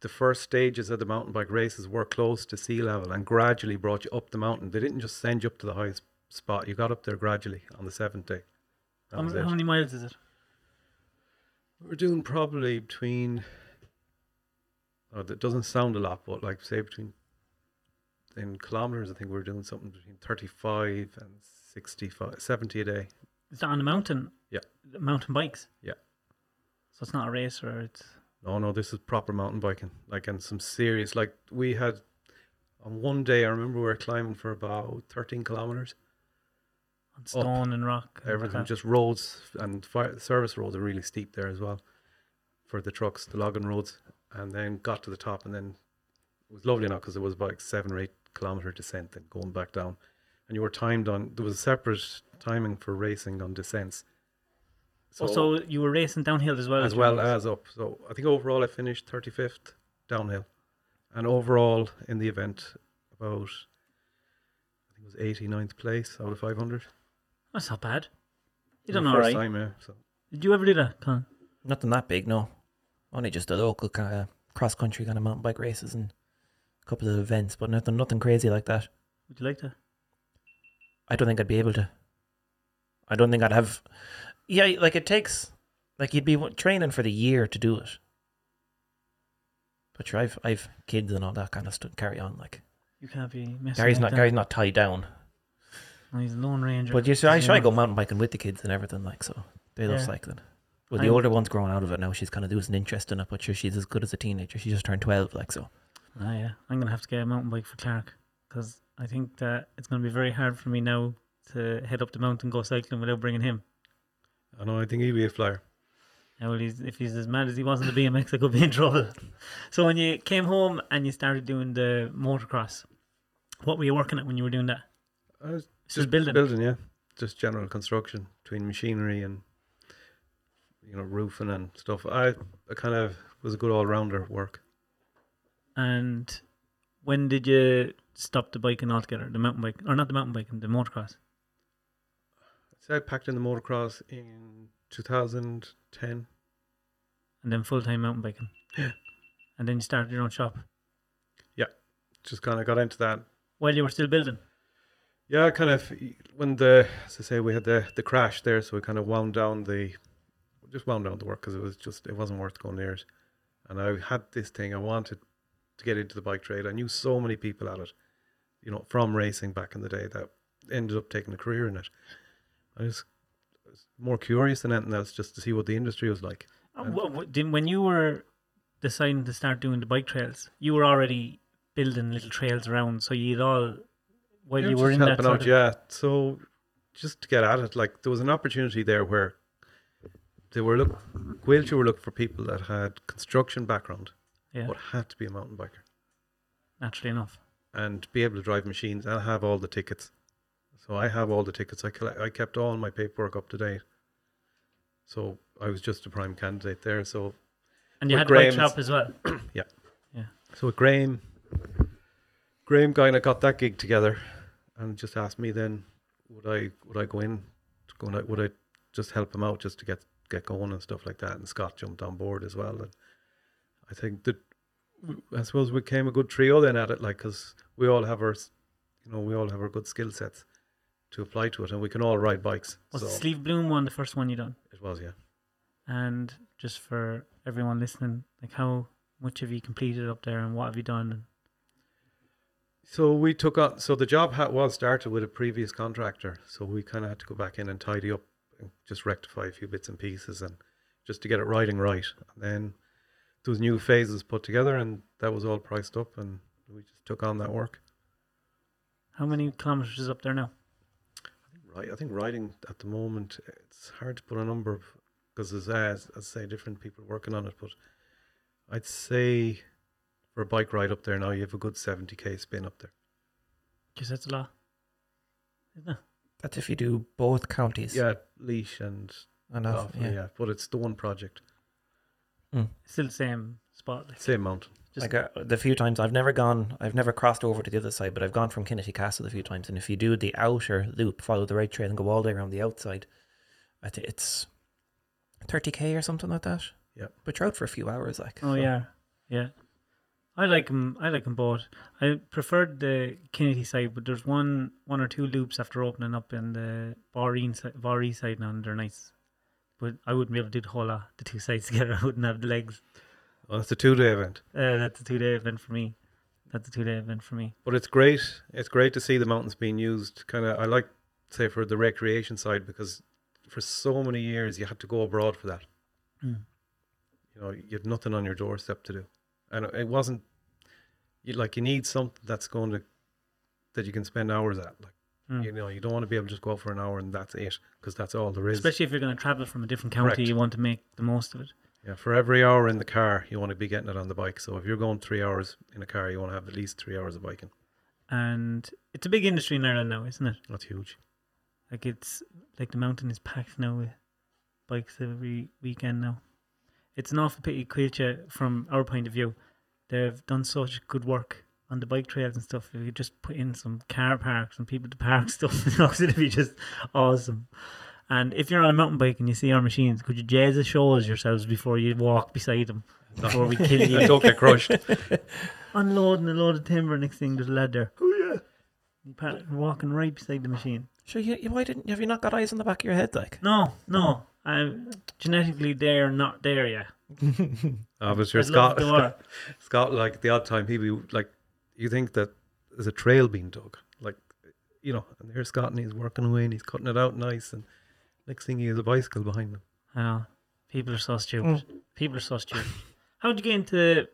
[SPEAKER 2] the first stages of the mountain bike races were close to sea level and gradually brought you up the mountain. They didn't just send you up to the highest spot. You got up there gradually on the seventh day. That
[SPEAKER 1] How,
[SPEAKER 2] was
[SPEAKER 1] m-
[SPEAKER 2] it.
[SPEAKER 1] how many miles is it?
[SPEAKER 2] We're doing probably between. Oh, that doesn't sound a lot, but like say between. In kilometers, I think we're doing something between 35 and 65, 70 a day.
[SPEAKER 1] Is that on the mountain?
[SPEAKER 2] Yeah.
[SPEAKER 1] The Mountain bikes.
[SPEAKER 2] Yeah.
[SPEAKER 1] So it's not a race or it's
[SPEAKER 2] No, no, this is proper mountain biking. Like, and some serious. Like, we had on one day, I remember we were climbing for about 13 kilometers.
[SPEAKER 1] on stone and rock. and
[SPEAKER 2] Everything
[SPEAKER 1] crap.
[SPEAKER 2] just roads and fire, service roads are really steep there as well for the trucks, the logging roads, and then got to the top and then it was lovely enough because it was about seven or eight kilometer descent then going back down, and you were timed on. There was a separate timing for racing on descents. So,
[SPEAKER 1] also, Oh, you were racing downhill as well.
[SPEAKER 2] as
[SPEAKER 1] during
[SPEAKER 2] well uh,
[SPEAKER 1] this.
[SPEAKER 2] as up. So I think overall I finished 35th downhill, and overall in the event about I think it was 89th place out of 500.
[SPEAKER 1] that's not bad. You
[SPEAKER 2] The
[SPEAKER 1] done all
[SPEAKER 2] first
[SPEAKER 1] right.
[SPEAKER 2] time, yeah. So
[SPEAKER 1] Did you ever do that, Colin?
[SPEAKER 3] Nothing that big, no. Only just a local kind of cross country kind of mountain bike races and a couple of events, but nothing nothing crazy like that.
[SPEAKER 1] Would you like that?
[SPEAKER 3] I don't think I'd be able to. I don't think I'd have. Yeah, like it takes, like you'd be wa- training for the year to do it. But sure, I've I've kids and all that kind of stuff carry on. Like
[SPEAKER 1] You can't be messing.
[SPEAKER 3] Gary's
[SPEAKER 1] like
[SPEAKER 3] not
[SPEAKER 1] that.
[SPEAKER 3] Gary's not tied down.
[SPEAKER 1] No, He's a lone ranger.
[SPEAKER 3] But you should, I
[SPEAKER 1] He's
[SPEAKER 3] should I
[SPEAKER 1] young.
[SPEAKER 3] go mountain biking with the kids and everything. Like so, they love
[SPEAKER 1] Yeah.
[SPEAKER 3] cycling. Well, the
[SPEAKER 1] I'm-
[SPEAKER 3] older one's growing out of it now. She's kind of losing interest in it, but sure, she's as good as a teenager. She just turned twelve. Like so.
[SPEAKER 1] Ah, yeah. I'm going to have to get a mountain bike for Clark because I think that it's going to be very hard for me now to head up the mountain go cycling without bringing him.
[SPEAKER 2] I know I think he'd be a flyer.
[SPEAKER 1] Now, well, he's, if he's as mad as he was in the BMX, I could be in trouble. So, when you came home and you started doing the motocross, what were you working at when you were doing that?
[SPEAKER 2] I was
[SPEAKER 1] This is building.
[SPEAKER 2] Oh, building, yeah, just general construction between machinery and you know roofing and stuff. I, I kind of was a good all rounder work.
[SPEAKER 1] And when did you stop the biking altogether? The mountain bike, or not the mountain biking, the motocross?
[SPEAKER 2] So I packed in the motocross in 2010.
[SPEAKER 1] And then full time mountain biking.
[SPEAKER 2] Yeah.
[SPEAKER 1] And then you started your own shop
[SPEAKER 2] Just kind of got into that
[SPEAKER 1] while you were still building.
[SPEAKER 2] Yeah, kind of when the as I say we had the the crash there, so we kind of wound down the just wound down the work because it was just it wasn't worth going near it. And I had this thing I wanted to get into the bike trade. I knew so many people at it, you know, from racing back in the day that ended up taking a career in it. I was, I was more curious than anything else just to see what the industry was like.
[SPEAKER 1] Uh,
[SPEAKER 2] And-
[SPEAKER 1] wh- wh- didn't- When you were deciding to start doing the bike trails, you were already building little trails around, so you'd all while
[SPEAKER 2] Yeah,
[SPEAKER 1] you were
[SPEAKER 2] just
[SPEAKER 1] in that.
[SPEAKER 2] helping
[SPEAKER 1] sort
[SPEAKER 2] out,
[SPEAKER 1] of-
[SPEAKER 2] yeah. So just to get at it, like there was an opportunity there where they were look Gaelture were looking for people that had construction background,
[SPEAKER 1] Yeah.
[SPEAKER 2] but had to be a mountain biker
[SPEAKER 1] naturally enough.
[SPEAKER 2] and be able to drive machines and have all the tickets. So I have all the tickets. I collect, I kept all my paperwork up to date. So I was just a prime candidate there. So
[SPEAKER 1] And you
[SPEAKER 2] With
[SPEAKER 1] had the bike
[SPEAKER 2] Graham's-
[SPEAKER 1] shop as well.
[SPEAKER 2] So with Graham, Graham kind of got that gig together, and just asked me then, would I would I go in, go in would I just help him out just to get get going and stuff like that? And Scott jumped on board as well. And I think that I suppose we came a good trio then at it, like because we all have our, s- you know, we all have our good skill sets to apply to it, and we can all ride bikes.
[SPEAKER 1] Was
[SPEAKER 2] so
[SPEAKER 1] the Sleeve Bloom one the first one you done?
[SPEAKER 2] it was yeah.
[SPEAKER 1] And just for everyone listening, like how much have you completed up there, and what have you done? And
[SPEAKER 2] So we took on. So the job ha- was started with a previous contractor. So we kind of had to go back in and tidy up, and just rectify a few bits and pieces, and just to get it riding right. And then those new phases put together, and that was all priced up, and we just took on that work.
[SPEAKER 1] how many kilometers is up there now?
[SPEAKER 2] Right. I think riding at the moment, it's hard to put a number because there's, uh, as I say, different people working on it. But I'd say for a bike ride up there now, you have a good seventy k spin up there.
[SPEAKER 1] Because that's a lot, isn't it?
[SPEAKER 3] That's if you do both counties.
[SPEAKER 2] Yeah, leash and
[SPEAKER 3] And off,
[SPEAKER 2] Offaly,
[SPEAKER 3] yeah.
[SPEAKER 2] yeah. But it's the one project.
[SPEAKER 1] Still the same spot. like.
[SPEAKER 2] Same mountain.
[SPEAKER 1] Just-
[SPEAKER 3] like uh, the few times I've never gone, I've never crossed over to the other side, but I've gone from Kennedy Castle a few times. And if you do the outer loop, follow the right trail and go all the way around the outside, I think it's 30k or something like that.
[SPEAKER 2] Yep.
[SPEAKER 3] But you're out for a few hours, like.
[SPEAKER 1] Oh
[SPEAKER 3] so-
[SPEAKER 1] yeah, yeah. I like them. I like them both. I preferred the Kennedy side, but there's one one or two loops after opening up in the Bahrain side, Bahrain side now, and they're nice. But I wouldn't be able to do the whole lot, the two sides together. I wouldn't have the legs.
[SPEAKER 2] Well, it's a two day event,
[SPEAKER 1] Uh, that's a two day event for me. That's a two day event for me.
[SPEAKER 2] but it's great. It's great to see the mountains being used. Kind of, I like say for the recreation side because for so many years you had to go abroad for that.
[SPEAKER 1] Mm.
[SPEAKER 2] You know, you had nothing on your doorstep to do, and it wasn't. You like you need something that's going to that you can spend hours at. Like You know, you don't want to be able to just go out for an hour and that's it because that's all there is.
[SPEAKER 1] Especially if you're going to travel from a different county,
[SPEAKER 2] Correct.
[SPEAKER 1] you want to make the most of it.
[SPEAKER 2] Yeah, for every hour in the car, you want to be getting it on the bike. So if you're going three hours in a car, you want to have at least three hours of biking.
[SPEAKER 1] And it's a big industry in Ireland now, isn't it?
[SPEAKER 2] That's huge.
[SPEAKER 1] Like it's like the mountain is packed now with bikes every weekend now. It's an awful pity Quilcha from our point of view. They've done such good work on the bike trails and stuff. If you just put in some car parks and people to park stuff, you know, it'd be just awesome. And if you're on a mountain bike and you see our machines, could you jazz the shows yourselves before you walk beside them? Before we kill you.
[SPEAKER 2] And don't get crushed.
[SPEAKER 1] unloading a load of timber. Next thing, there's a lad there. Oh yeah, walking right beside the machine.
[SPEAKER 3] Sure, you, you, why didn't have you not got eyes on the back of your head? Like,
[SPEAKER 1] No, no, I'm genetically they're not there yet.
[SPEAKER 2] Oh, but sure,
[SPEAKER 1] I'd love
[SPEAKER 2] Scott,
[SPEAKER 1] if they were.
[SPEAKER 2] Scott, like the odd time, he'd be like, you think that there's a trail being dug, like, you know, and here's Scott and he's working away and he's cutting it out nice, and next thing he has a bicycle behind him.
[SPEAKER 1] I know. People are so stupid.
[SPEAKER 3] Mm.
[SPEAKER 1] People are so stupid. How'd you get into?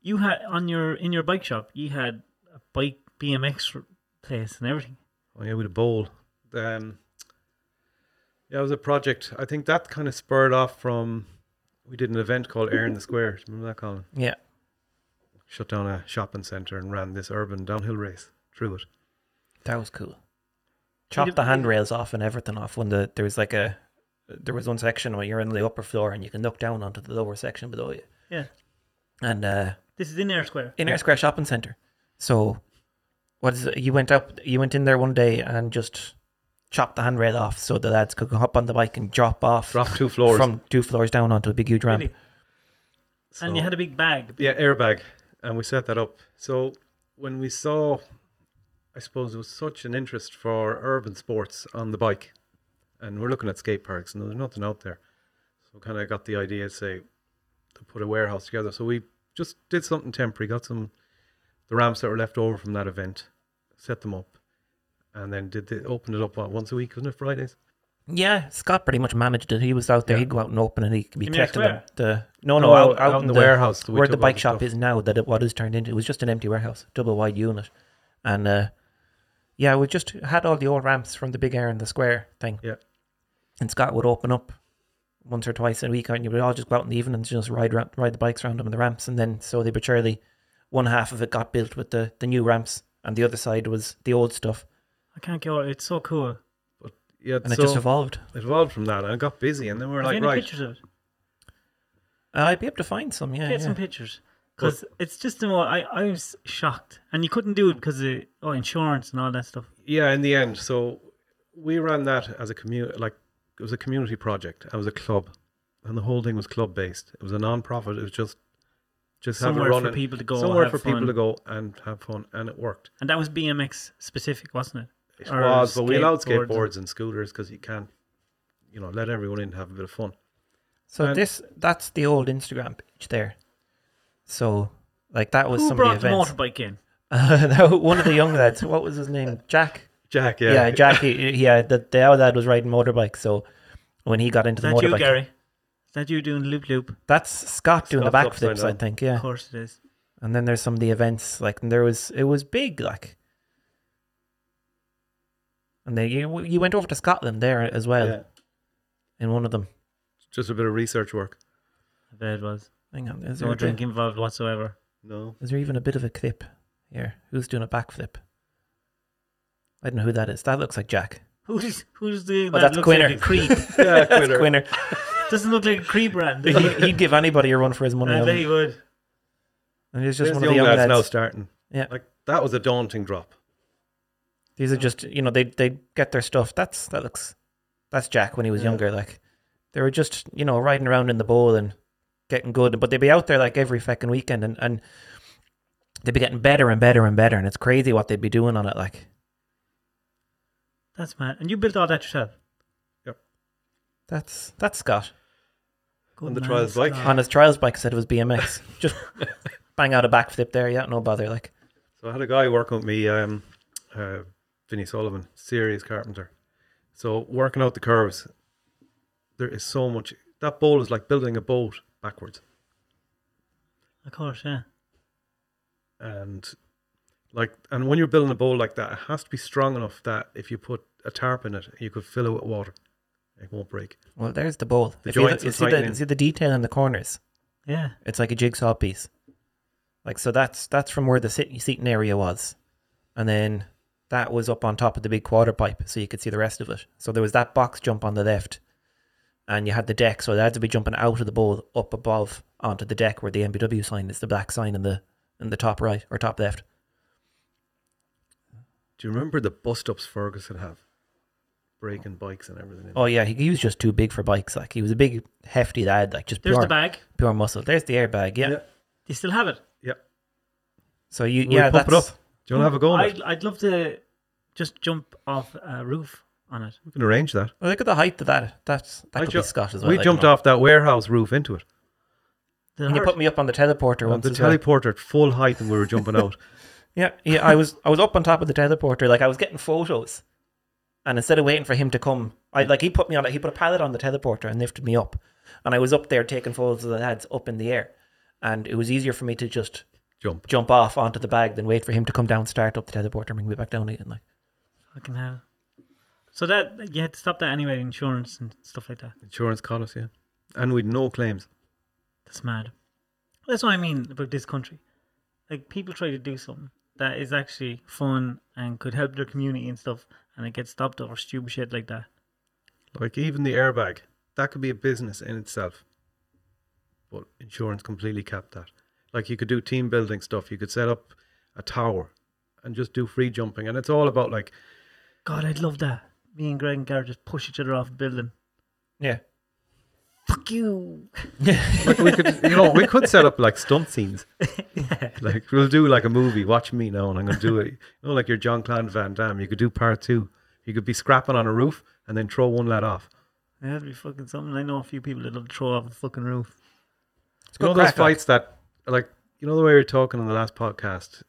[SPEAKER 1] You had on your in your bike shop. You had a bike BMX r- place and everything.
[SPEAKER 2] Oh yeah, with a bowl. Um, yeah, it was a project. I think that kind of spurred off from we did an event called Air in the Square. Do you Remember that, Colin?
[SPEAKER 3] yeah,
[SPEAKER 2] Shut down a shopping center and ran this urban downhill race through it.
[SPEAKER 3] that was cool. Chopped the handrails off and everything off when the there was like a there was one section where you're in the upper floor and you can look down onto the lower section below you.
[SPEAKER 1] Yeah,
[SPEAKER 3] And uh
[SPEAKER 1] this is in Air Square.
[SPEAKER 3] in our square shopping center. So, what is it? You went up, you went in there one day and just chopped the handrail off so the lads could go up on the bike and drop off
[SPEAKER 2] Drop two floors.
[SPEAKER 3] from two floors down onto a big huge ramp.
[SPEAKER 1] Really? And you
[SPEAKER 2] So-
[SPEAKER 1] had a big bag.
[SPEAKER 2] yeah airbag and we set that up so when we saw i suppose there was such an interest for urban sports on the bike and we're looking at skate parks and there's nothing out there so kind of got the idea say to put a warehouse together so we just did something temporary got some the ramps that were left over from that event set them up and then did the, opened it up what, once a week wasn't it fridays
[SPEAKER 3] Yeah, Scott pretty much managed it. He was out there. He'd go out and open, and he could be
[SPEAKER 1] In the
[SPEAKER 3] collecting the,
[SPEAKER 1] square?
[SPEAKER 3] the no, no,
[SPEAKER 2] No,
[SPEAKER 3] out, out, in the,
[SPEAKER 2] warehouse that we
[SPEAKER 3] where the
[SPEAKER 2] took all
[SPEAKER 3] bike
[SPEAKER 2] the
[SPEAKER 3] shop
[SPEAKER 2] stuff.
[SPEAKER 3] is now. That it, what is turned into it was just an empty warehouse, double wide unit, and uh, yeah, we just had all the old ramps from the big air in the square thing.
[SPEAKER 2] yeah
[SPEAKER 3] and Scott would open up once or twice a week, and you would all just go out in the evening and just ride ra- ride the bikes around them and the ramps, and then slowly but surely, one half of it got built with the the new ramps, and the other side was the old stuff,
[SPEAKER 1] I can't go. It's so cool.
[SPEAKER 2] but yeah
[SPEAKER 3] and
[SPEAKER 2] so
[SPEAKER 3] it just evolved.
[SPEAKER 2] it evolved from that and it got busy and then we were
[SPEAKER 1] Have you
[SPEAKER 2] like
[SPEAKER 1] any
[SPEAKER 2] right
[SPEAKER 1] pictures of it?
[SPEAKER 3] Uh, I'd be able to find some, yeah.
[SPEAKER 1] Get
[SPEAKER 3] yeah.
[SPEAKER 1] some pictures because it's just the more I, I was shocked and you couldn't do it because of oh, insurance and all that stuff.
[SPEAKER 2] Yeah, in the end, so we ran that as a community, like it was a community project. It was a club, and the whole thing was club based. It was a non-profit. It was just just
[SPEAKER 1] Somewhere
[SPEAKER 2] have
[SPEAKER 1] for
[SPEAKER 2] a run and-
[SPEAKER 1] people to go
[SPEAKER 2] somewhere
[SPEAKER 1] have
[SPEAKER 2] for people
[SPEAKER 1] fun.
[SPEAKER 2] to go and have fun, and it worked.
[SPEAKER 1] And that was BMX specific, wasn't it?
[SPEAKER 2] It
[SPEAKER 1] Or
[SPEAKER 2] was, but we allowed
[SPEAKER 1] skateboards and-
[SPEAKER 2] skateboards and scooters because you can't, you know, let everyone in and have a bit of fun.
[SPEAKER 3] So
[SPEAKER 2] And-
[SPEAKER 3] this that's the old Instagram page there. So like that was
[SPEAKER 1] Who
[SPEAKER 3] some of the
[SPEAKER 1] brought the
[SPEAKER 3] events.
[SPEAKER 1] motorbike in?
[SPEAKER 3] That was one of the young lads, what was his name? Jack.
[SPEAKER 2] Jack, yeah,
[SPEAKER 3] Yeah, Jack. he- Yeah, the the other lad was riding motorbike. So when he got into
[SPEAKER 1] Is
[SPEAKER 3] the
[SPEAKER 1] that you,
[SPEAKER 3] motorbike,
[SPEAKER 1] Gary? Is that you doing loop loop?
[SPEAKER 3] that's Scott doing the
[SPEAKER 2] Scott's upside
[SPEAKER 3] backflips, I
[SPEAKER 2] down.
[SPEAKER 3] think. Yeah.
[SPEAKER 1] Of course it is.
[SPEAKER 3] And then there's some of the events like and there was it was big like, and they you you went over to Scotland there as well
[SPEAKER 2] Yeah.
[SPEAKER 3] in one of them.
[SPEAKER 2] just a bit of research work.
[SPEAKER 1] I bet it was.
[SPEAKER 3] Hang on, is there,
[SPEAKER 1] No
[SPEAKER 3] a bit,
[SPEAKER 1] drink involved whatsoever.
[SPEAKER 2] No,
[SPEAKER 3] is there even a bit of a clip here? Who's doing a backflip? I don't know who that is. That looks like Jack.
[SPEAKER 1] Who's who's the
[SPEAKER 3] Oh,
[SPEAKER 1] that
[SPEAKER 3] that's
[SPEAKER 1] looks like
[SPEAKER 3] Quinner.
[SPEAKER 1] a creep?
[SPEAKER 2] yeah,
[SPEAKER 3] That's
[SPEAKER 2] quitter.
[SPEAKER 3] Quinner.
[SPEAKER 1] Doesn't look like a creep brand. does it?
[SPEAKER 3] He'd, he'd give anybody a run for his money.
[SPEAKER 1] I
[SPEAKER 3] um,
[SPEAKER 1] bet he would.
[SPEAKER 3] And
[SPEAKER 2] Uh, There's
[SPEAKER 3] he's just one
[SPEAKER 2] the
[SPEAKER 3] of the
[SPEAKER 2] young lads, now
[SPEAKER 3] lads.
[SPEAKER 2] starting.
[SPEAKER 3] Yeah.
[SPEAKER 2] like that was a daunting drop.
[SPEAKER 3] These are just you know they they get their stuff. That's that looks that's Jack when he was
[SPEAKER 2] Yeah.
[SPEAKER 3] younger. Like they were just you know riding around in the bowl and getting good, but they'd be out there like every fucking weekend and and they'd be getting better and better and better, and it's crazy what they'd be doing on it. Like
[SPEAKER 1] That's mad. And you built all that yourself.
[SPEAKER 3] that's that's Scott
[SPEAKER 1] Good
[SPEAKER 2] On the
[SPEAKER 1] man,
[SPEAKER 2] trials bike.
[SPEAKER 1] Scott.
[SPEAKER 3] on his trials bike said it was BMX. just bang out a backflip there. Yeah, no bother. Like
[SPEAKER 2] So I had a guy working with me, um, uh, Vinny Sullivan, serious carpenter. So working out the curves, there is so much. That bowl is like building a boat backwards,
[SPEAKER 1] Of course, yeah.
[SPEAKER 2] and Like, and when you're building a bowl like that, it has to be strong enough that if you put a tarp in it, you could fill it with water. It won't break.
[SPEAKER 3] Well, there's the bowl.
[SPEAKER 2] The
[SPEAKER 3] if you,
[SPEAKER 2] joints
[SPEAKER 3] look- you
[SPEAKER 2] are
[SPEAKER 3] see the,
[SPEAKER 2] tightening.
[SPEAKER 3] see the detail in the corners.
[SPEAKER 1] Yeah.
[SPEAKER 3] It's like a jigsaw piece. Like so, that's that's from where the sit- seating area was, and then that was up on top of the big quarter pipe, so you could see the rest of it. So there was that box jump on the left, and you had the deck, so they had to be jumping out of the bowl up above onto the deck where the MBW sign is, the black sign in the in the top right or top left.
[SPEAKER 2] Do you remember the bust ups Ferguson have? Breaking bikes and everything.
[SPEAKER 3] Oh yeah, he, he was just too big for bikes. Like he was a big hefty lad, like just
[SPEAKER 1] There's
[SPEAKER 3] pure
[SPEAKER 1] the bag.
[SPEAKER 3] pure muscle. There's the airbag, yeah.
[SPEAKER 2] Yeah.
[SPEAKER 1] You still have it.
[SPEAKER 2] yeah.
[SPEAKER 3] So you
[SPEAKER 2] We
[SPEAKER 3] yeah,
[SPEAKER 2] pump it
[SPEAKER 3] that's
[SPEAKER 2] up. Do you want to have a go? at it?
[SPEAKER 1] I'd, I'd love to just jump off a roof on it.
[SPEAKER 2] We can arrange that.
[SPEAKER 3] Well, look at the height of that. That's that
[SPEAKER 2] I
[SPEAKER 3] could
[SPEAKER 2] ju-
[SPEAKER 3] be Scott as well.
[SPEAKER 2] we jumped
[SPEAKER 3] off.
[SPEAKER 2] off that warehouse roof into it.
[SPEAKER 1] Did it
[SPEAKER 3] And you
[SPEAKER 1] hurt?
[SPEAKER 3] put me up on the teleporter
[SPEAKER 2] And
[SPEAKER 3] once.
[SPEAKER 2] the
[SPEAKER 3] as well.
[SPEAKER 2] teleporter at full height, and we were jumping out.
[SPEAKER 3] Yeah, yeah. I was I was up on top of the teleporter, like I was getting photos, and instead of waiting for him to come, I like he put me on. Like, he put a pallet on the teleporter and lifted me up, and I was up there taking photos of the lads up in the air, and it was easier for me to just
[SPEAKER 2] Jump.
[SPEAKER 3] jump off onto the bag than wait for him to come down, start up the teleporter, and bring me back down again. Like
[SPEAKER 1] Fucking hell. So that you had to stop that anyway, insurance and stuff like that.
[SPEAKER 2] Insurance caught us, yeah. And we'd no claims.
[SPEAKER 1] That's mad. That's what I mean about this country. Like people try to do something that is actually fun and could help their community and stuff, and it gets stopped over stupid shit like that.
[SPEAKER 2] Like even the airbag, that could be a business in itself. But insurance completely capped that. Like you could do team building stuff. You could set up a tower and just do free jumping. And it's all about like
[SPEAKER 1] God, I'd love that. Me and Greg and Gareth just push each other off a building.
[SPEAKER 3] yeah,
[SPEAKER 1] Fuck you.
[SPEAKER 2] like we could you know we could set up like stunt scenes.
[SPEAKER 1] yeah.
[SPEAKER 2] Like we'll do like a movie. Watch me now, and I'm gonna do it. You know, like your John Clan Van Damme. You could do part two. You could be scrapping on a roof and then throw one lad off.
[SPEAKER 1] That'd be fucking something. I know a few people that love to throw off a fucking roof.
[SPEAKER 3] it's
[SPEAKER 2] You know
[SPEAKER 3] good
[SPEAKER 2] those
[SPEAKER 3] crack. like.
[SPEAKER 2] fights that, like, you know the way we were talking on the last podcast.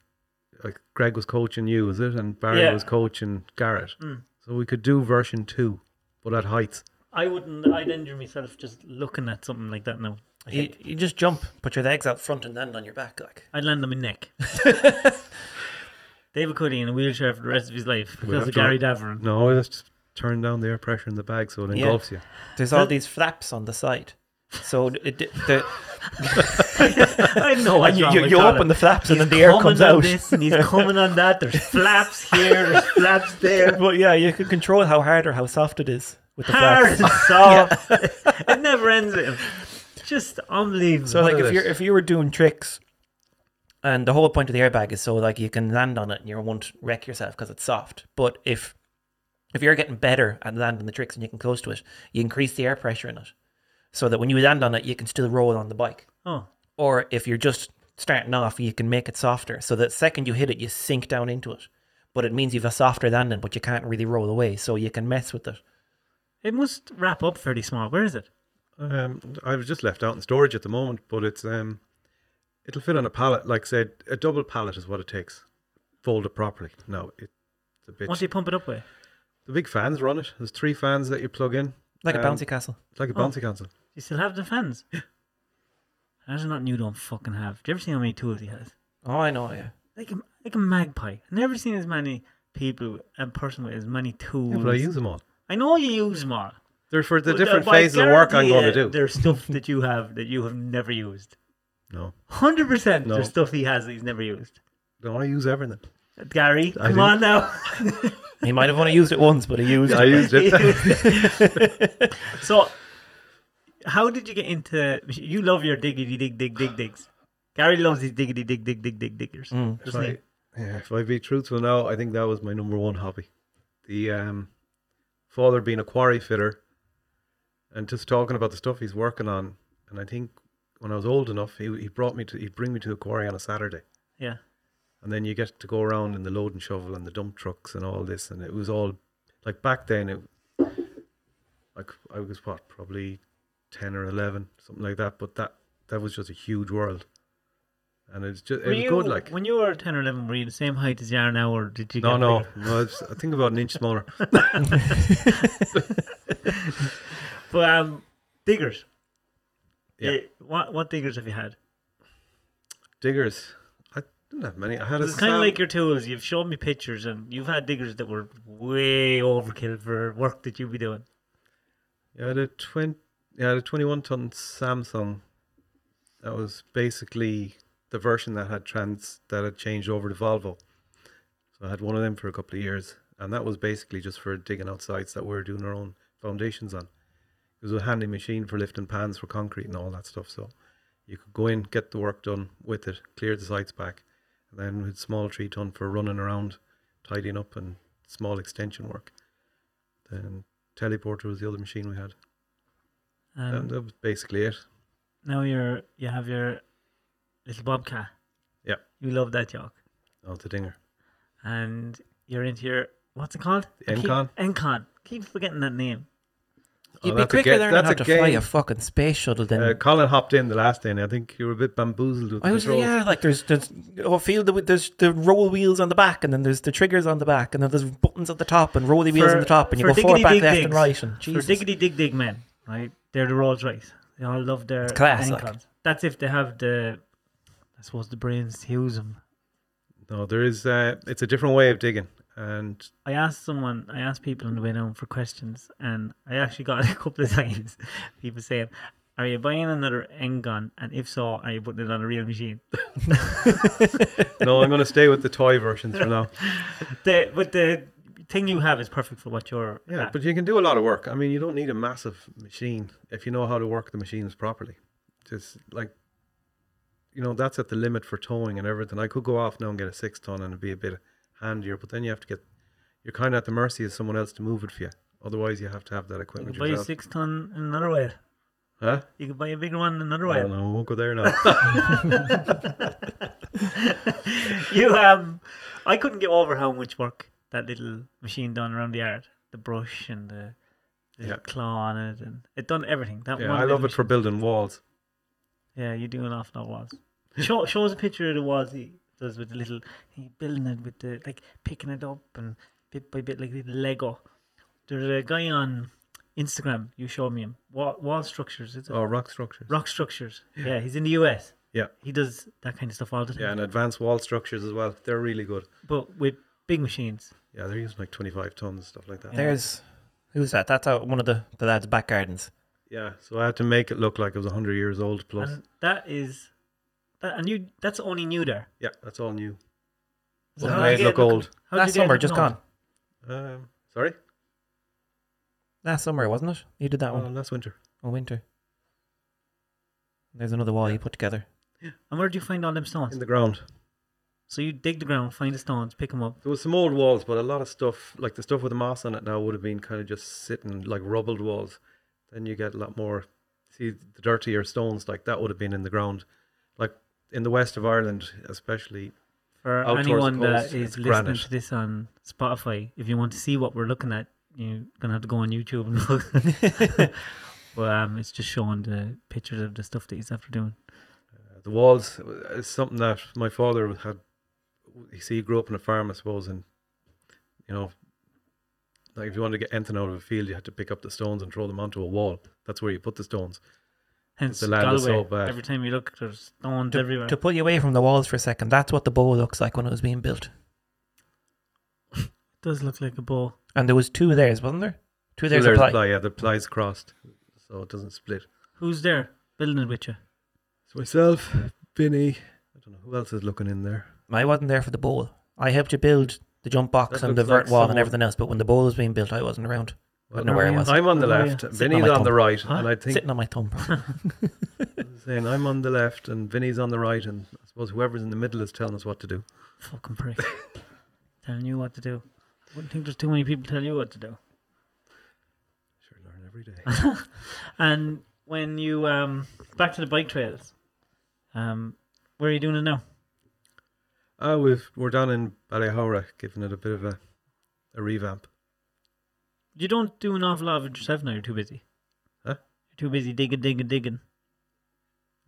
[SPEAKER 2] Like Greg was coaching you, was it? And Barry
[SPEAKER 1] Yeah. Hmm.
[SPEAKER 2] was coaching Garrett. So we could do version two, but at heights.
[SPEAKER 1] I wouldn't. I'd injure myself just looking at something like that now.
[SPEAKER 3] You, you just jump, put your legs out front, and land on your back. Like
[SPEAKER 1] I'd land on my neck. David Cuddy in a wheelchair for the rest of his life because
[SPEAKER 2] have
[SPEAKER 1] of
[SPEAKER 2] to-
[SPEAKER 1] Gary Davern.
[SPEAKER 2] No, let's just turn down the air pressure in the bag so it
[SPEAKER 3] Yeah.
[SPEAKER 2] engulfs you.
[SPEAKER 3] there's all these flaps on the side, so it, it, the,
[SPEAKER 1] I know what
[SPEAKER 3] and you, you, you open the flaps, and then the air comes
[SPEAKER 1] on
[SPEAKER 3] out.
[SPEAKER 1] This and he's coming on that. There's flaps here. There's flaps there.
[SPEAKER 3] Well, yeah, you can control how hard or how soft it is with the
[SPEAKER 1] Hard
[SPEAKER 3] flaps.
[SPEAKER 1] and soft. it never ends. With him. Just unbelievable.
[SPEAKER 3] So, like,
[SPEAKER 2] Look at
[SPEAKER 3] if you're
[SPEAKER 2] this.
[SPEAKER 3] if you were doing tricks, and the whole point of the airbag is so like you can land on it and you won't wreck yourself because it's soft. But if if you're getting better at landing the tricks and you can close to it, you increase the air pressure in it, so that when you land on it, you can still roll on the bike.
[SPEAKER 1] oh,
[SPEAKER 3] Or if you're just starting off, you can make it softer, so that second you hit it, you sink down into it. But it means you've a softer landing, but you can't really roll away, so you can mess with it.
[SPEAKER 1] it must wrap up fairly small. Where is it?
[SPEAKER 2] Um, I was just left out in storage at the moment, but it's um, it'll fit on a pallet. Like said, a double pallet is what it takes. Fold it properly. No, it's a bit.
[SPEAKER 1] What do you pump it up with?
[SPEAKER 2] The big fans run it. There's three fans that you plug in.
[SPEAKER 3] Like a
[SPEAKER 2] Um,
[SPEAKER 3] bouncy castle.
[SPEAKER 2] It's
[SPEAKER 1] Oh.
[SPEAKER 2] like a bouncy castle.
[SPEAKER 1] You still have the fans? That's not new. Don't fucking have. Do you ever see how many tools he has?
[SPEAKER 3] Oh, I know, yeah.
[SPEAKER 1] Like a, like a magpie. I've never seen as many people and person with as many tools.
[SPEAKER 2] But I use them all.
[SPEAKER 1] I know you use them all.
[SPEAKER 2] They're for the
[SPEAKER 1] But
[SPEAKER 2] different
[SPEAKER 1] I- but I
[SPEAKER 2] phases of work I'm
[SPEAKER 1] guarantee
[SPEAKER 2] going to
[SPEAKER 1] you
[SPEAKER 2] do.
[SPEAKER 1] There's stuff that you have that you have never used.
[SPEAKER 2] No,
[SPEAKER 1] Hundred percent.
[SPEAKER 2] No.
[SPEAKER 1] There's stuff he has that he's never used.
[SPEAKER 2] no, I use everything.
[SPEAKER 1] Gary,
[SPEAKER 2] I
[SPEAKER 1] come
[SPEAKER 2] do.
[SPEAKER 1] on now.
[SPEAKER 3] He might have only used it once, but he used
[SPEAKER 2] I
[SPEAKER 3] it.
[SPEAKER 2] used it.
[SPEAKER 1] so, how did you get into? You love your diggity dig dig dig digs. Gary loves his diggity dig dig dig dig diggers. Doesn't he?
[SPEAKER 2] Mm, Right. yeah, if I be truthful now, I think that was my number one hobby. The um, father being a quarry fitter, and just talking about the stuff he's working on. And I think when I was old enough, he, he brought me to he'd bring me to the quarry on a Saturday,
[SPEAKER 1] Yeah.
[SPEAKER 2] and then you get to go around in the load and shovel and the dump trucks and all this, and it was all like back then. It like I was what probably ten or eleven, something like that. But that that was just a huge world, and it's just it
[SPEAKER 1] Were
[SPEAKER 2] was
[SPEAKER 1] you,
[SPEAKER 2] good. Like
[SPEAKER 1] when you were ten or eleven, were you the same height as you are now, or did you?
[SPEAKER 2] No,
[SPEAKER 1] get
[SPEAKER 2] no,
[SPEAKER 1] bigger?
[SPEAKER 2] no. It's, I think about an inch smaller.
[SPEAKER 1] But um, diggers.
[SPEAKER 2] Yeah.
[SPEAKER 1] Eh, What what diggers have you had?
[SPEAKER 2] Diggers. I Didn't have many. I had a
[SPEAKER 1] It's kind of
[SPEAKER 2] Sam-
[SPEAKER 1] like your tools. You've shown me pictures, and you've had diggers that were way overkill for work that you'd be doing.
[SPEAKER 2] Yeah, I had a twenty. Yeah, I had a twenty-one ton Samsung. That was basically the version that had trans that had changed over to Volvo. So I had one of them for a couple of years, and that was basically just for digging out sites that we were doing our own foundations on. It was a handy machine for lifting pans for concrete and all that stuff. So you could go in, get the work done with it, clear the sites back, and then with small tree ton for running around, tidying up, and small extension work. Then teleporter was the other machine we had.
[SPEAKER 1] And
[SPEAKER 2] and that was basically it.
[SPEAKER 1] now you're you have your little bobcat.
[SPEAKER 2] Yeah.
[SPEAKER 1] you love that joke,
[SPEAKER 2] Oh, the dinger.
[SPEAKER 1] and you're into your what's it called?
[SPEAKER 2] The
[SPEAKER 1] I keep-
[SPEAKER 2] Encon?
[SPEAKER 1] Encon. Keep forgetting that name.
[SPEAKER 2] Oh,
[SPEAKER 3] You'd be
[SPEAKER 2] that's a
[SPEAKER 3] quicker
[SPEAKER 2] ga-
[SPEAKER 3] there and
[SPEAKER 2] that's
[SPEAKER 3] have
[SPEAKER 2] a
[SPEAKER 3] to fly
[SPEAKER 2] game.
[SPEAKER 3] a fucking space shuttle than
[SPEAKER 2] Uh, Colin hopped in the last day, and I think you were a bit bamboozled with the
[SPEAKER 3] I was
[SPEAKER 2] controls.
[SPEAKER 3] yeah, like there's there's oh, feel the there's the roll wheels on the back, and then there's the triggers on the back, and then there's buttons at the top and rolly wheels
[SPEAKER 1] For-
[SPEAKER 3] on the top, and you
[SPEAKER 1] for
[SPEAKER 3] go forward,
[SPEAKER 1] diggity
[SPEAKER 3] back,
[SPEAKER 1] dig
[SPEAKER 3] left,
[SPEAKER 1] digs.
[SPEAKER 3] and right, and
[SPEAKER 1] For
[SPEAKER 3] Jesus.
[SPEAKER 1] diggity dig dig men, right? They're the Rolls Royce. They all love their
[SPEAKER 3] class, like.
[SPEAKER 1] Encons. That's if they have the, I suppose, the brains to use them.
[SPEAKER 2] No, there is. Uh, it's a different way of digging, and
[SPEAKER 1] I asked someone, I asked people on the way down for questions, and I actually got a couple of times people saying, Are you buying another Engon? And if so, are you putting it on a real machine?
[SPEAKER 2] no, I'm going to stay with the toy versions for now.
[SPEAKER 1] the, but the thing you have is perfect for what you're.
[SPEAKER 2] Yeah,
[SPEAKER 1] at.
[SPEAKER 2] but you can do a lot of work. I mean, you don't need a massive machine if you know how to work the machines properly. Just like, you know, that's at the limit for towing and everything. I could go off now and get a six ton and it'd be a bit handier, but then you have to get, you're kind of at the mercy of someone else to move it for you. Otherwise, you have to have that
[SPEAKER 1] you
[SPEAKER 2] equipment
[SPEAKER 1] could buy a
[SPEAKER 2] yourself.
[SPEAKER 1] six ton another way.
[SPEAKER 2] Huh?
[SPEAKER 1] You could buy a bigger one another
[SPEAKER 2] I
[SPEAKER 1] way.
[SPEAKER 2] don't know. We won't go there now.
[SPEAKER 1] you um I couldn't get over how much work that little machine done around the yard. The brush and the, the
[SPEAKER 2] Yeah.
[SPEAKER 1] claw on it and it done everything. That
[SPEAKER 2] yeah,
[SPEAKER 1] one
[SPEAKER 2] I
[SPEAKER 1] little
[SPEAKER 2] love it for building walls.
[SPEAKER 1] machine- Yeah, you do an awful lot of walls. Show show us a picture of the walls he does with the little he building it with the like picking it up and bit by bit like little Lego. There's a guy on Instagram, you showed me him. Wall, wall structures, is it?
[SPEAKER 2] Oh, rock structures.
[SPEAKER 1] Rock structures. Yeah, he's in the US.
[SPEAKER 2] Yeah.
[SPEAKER 1] He does that kind of stuff all the time.
[SPEAKER 2] Yeah, and advanced wall structures as well. They're really good.
[SPEAKER 1] But with big machines.
[SPEAKER 2] Yeah, they're using like 25 tons, stuff like that. Yeah.
[SPEAKER 3] There's who's that? That's out one of the the lads' back gardens.
[SPEAKER 2] so I had to make it look like it was 100 years old plus.
[SPEAKER 1] And that is, that, and you that's only new there.
[SPEAKER 2] yeah, that's all new.
[SPEAKER 1] So
[SPEAKER 2] Well,
[SPEAKER 1] how
[SPEAKER 2] made
[SPEAKER 1] did
[SPEAKER 2] it
[SPEAKER 1] you
[SPEAKER 2] look
[SPEAKER 1] get-
[SPEAKER 2] old.
[SPEAKER 1] how did you
[SPEAKER 3] Last
[SPEAKER 1] get
[SPEAKER 3] summer,
[SPEAKER 1] it
[SPEAKER 3] just
[SPEAKER 1] known?
[SPEAKER 3] gone.
[SPEAKER 2] Um, sorry?
[SPEAKER 3] Last summer, wasn't it? You did that
[SPEAKER 2] Oh,
[SPEAKER 3] one
[SPEAKER 1] Um,
[SPEAKER 2] last winter.
[SPEAKER 3] on winter. There's another wall you put together.
[SPEAKER 1] And where did you find all them stones?
[SPEAKER 2] In the ground.
[SPEAKER 1] So you dig the ground, find the stones, pick them up.
[SPEAKER 2] There was some old walls, but a lot of stuff, like the stuff with the moss on it now, would have been kind of just sitting like rubbled walls. Then you get a lot more, see, the dirtier stones, like that would have been in the ground. Like in the west of Ireland, especially,
[SPEAKER 1] For
[SPEAKER 2] Out towards the
[SPEAKER 1] anyone that
[SPEAKER 2] coast,
[SPEAKER 1] is
[SPEAKER 2] it's
[SPEAKER 1] listening
[SPEAKER 2] granite.
[SPEAKER 1] to this on Spotify, if you want to see what we're looking at, you're gonna have to go on YouTube and look. Well, um, it's just showing the pictures of the stuff that he's after doing.
[SPEAKER 2] The walls is something that my father had. You see, he grew up on a farm, I suppose, and you know, like if you wanted to get anything out of a field, you had to pick up the stones and throw them onto a wall. That's where you put the stones.
[SPEAKER 1] Hence
[SPEAKER 2] The land
[SPEAKER 1] Galway.
[SPEAKER 2] is so bad.
[SPEAKER 1] Every time you look, there's stones
[SPEAKER 3] To,
[SPEAKER 1] everywhere.
[SPEAKER 3] to pull you away from the walls for a second, that's what the bow looks like when it was being built.
[SPEAKER 1] It does look like a bow.
[SPEAKER 3] And there was two theirs, wasn't there? Two theirs
[SPEAKER 2] There's a
[SPEAKER 3] applied.
[SPEAKER 2] ply, yeah, the plies crossed, so it doesn't split.
[SPEAKER 1] Who's there building it with you?
[SPEAKER 2] So myself, Vinny, I don't know who else is looking in there.
[SPEAKER 3] I wasn't there for the bowl. I helped you build the jump box
[SPEAKER 2] That
[SPEAKER 3] and the
[SPEAKER 2] looks
[SPEAKER 3] vert
[SPEAKER 2] like
[SPEAKER 3] wall
[SPEAKER 2] someone-
[SPEAKER 3] and everything else, but when the bowl was being built, I wasn't around. I don't know where I
[SPEAKER 1] Where
[SPEAKER 3] was.
[SPEAKER 1] are you?
[SPEAKER 2] I'm on the
[SPEAKER 1] Oh, yeah.
[SPEAKER 2] left,
[SPEAKER 1] Sitting
[SPEAKER 3] on
[SPEAKER 2] Vinny's
[SPEAKER 3] my
[SPEAKER 2] on the
[SPEAKER 3] thumb.
[SPEAKER 2] right,
[SPEAKER 1] Huh?
[SPEAKER 2] and I think
[SPEAKER 3] Sitting on my thumb.
[SPEAKER 2] saying I'm on the left, and Vinny's on the right, and I suppose whoever's in the middle is telling us what to do.
[SPEAKER 1] Fucking prick. telling you what to do. I wouldn't think there's too many people telling you what to do.
[SPEAKER 2] Sure, learn every day.
[SPEAKER 1] And when you um back to the bike trails, um, where are you doing it now?
[SPEAKER 2] Uh, we've we're down in Ballyhora, giving it a bit of a a revamp.
[SPEAKER 1] You don't do an awful lot of it yourself now. You're too busy.
[SPEAKER 2] Huh?
[SPEAKER 1] You're too busy digging, digging, digging.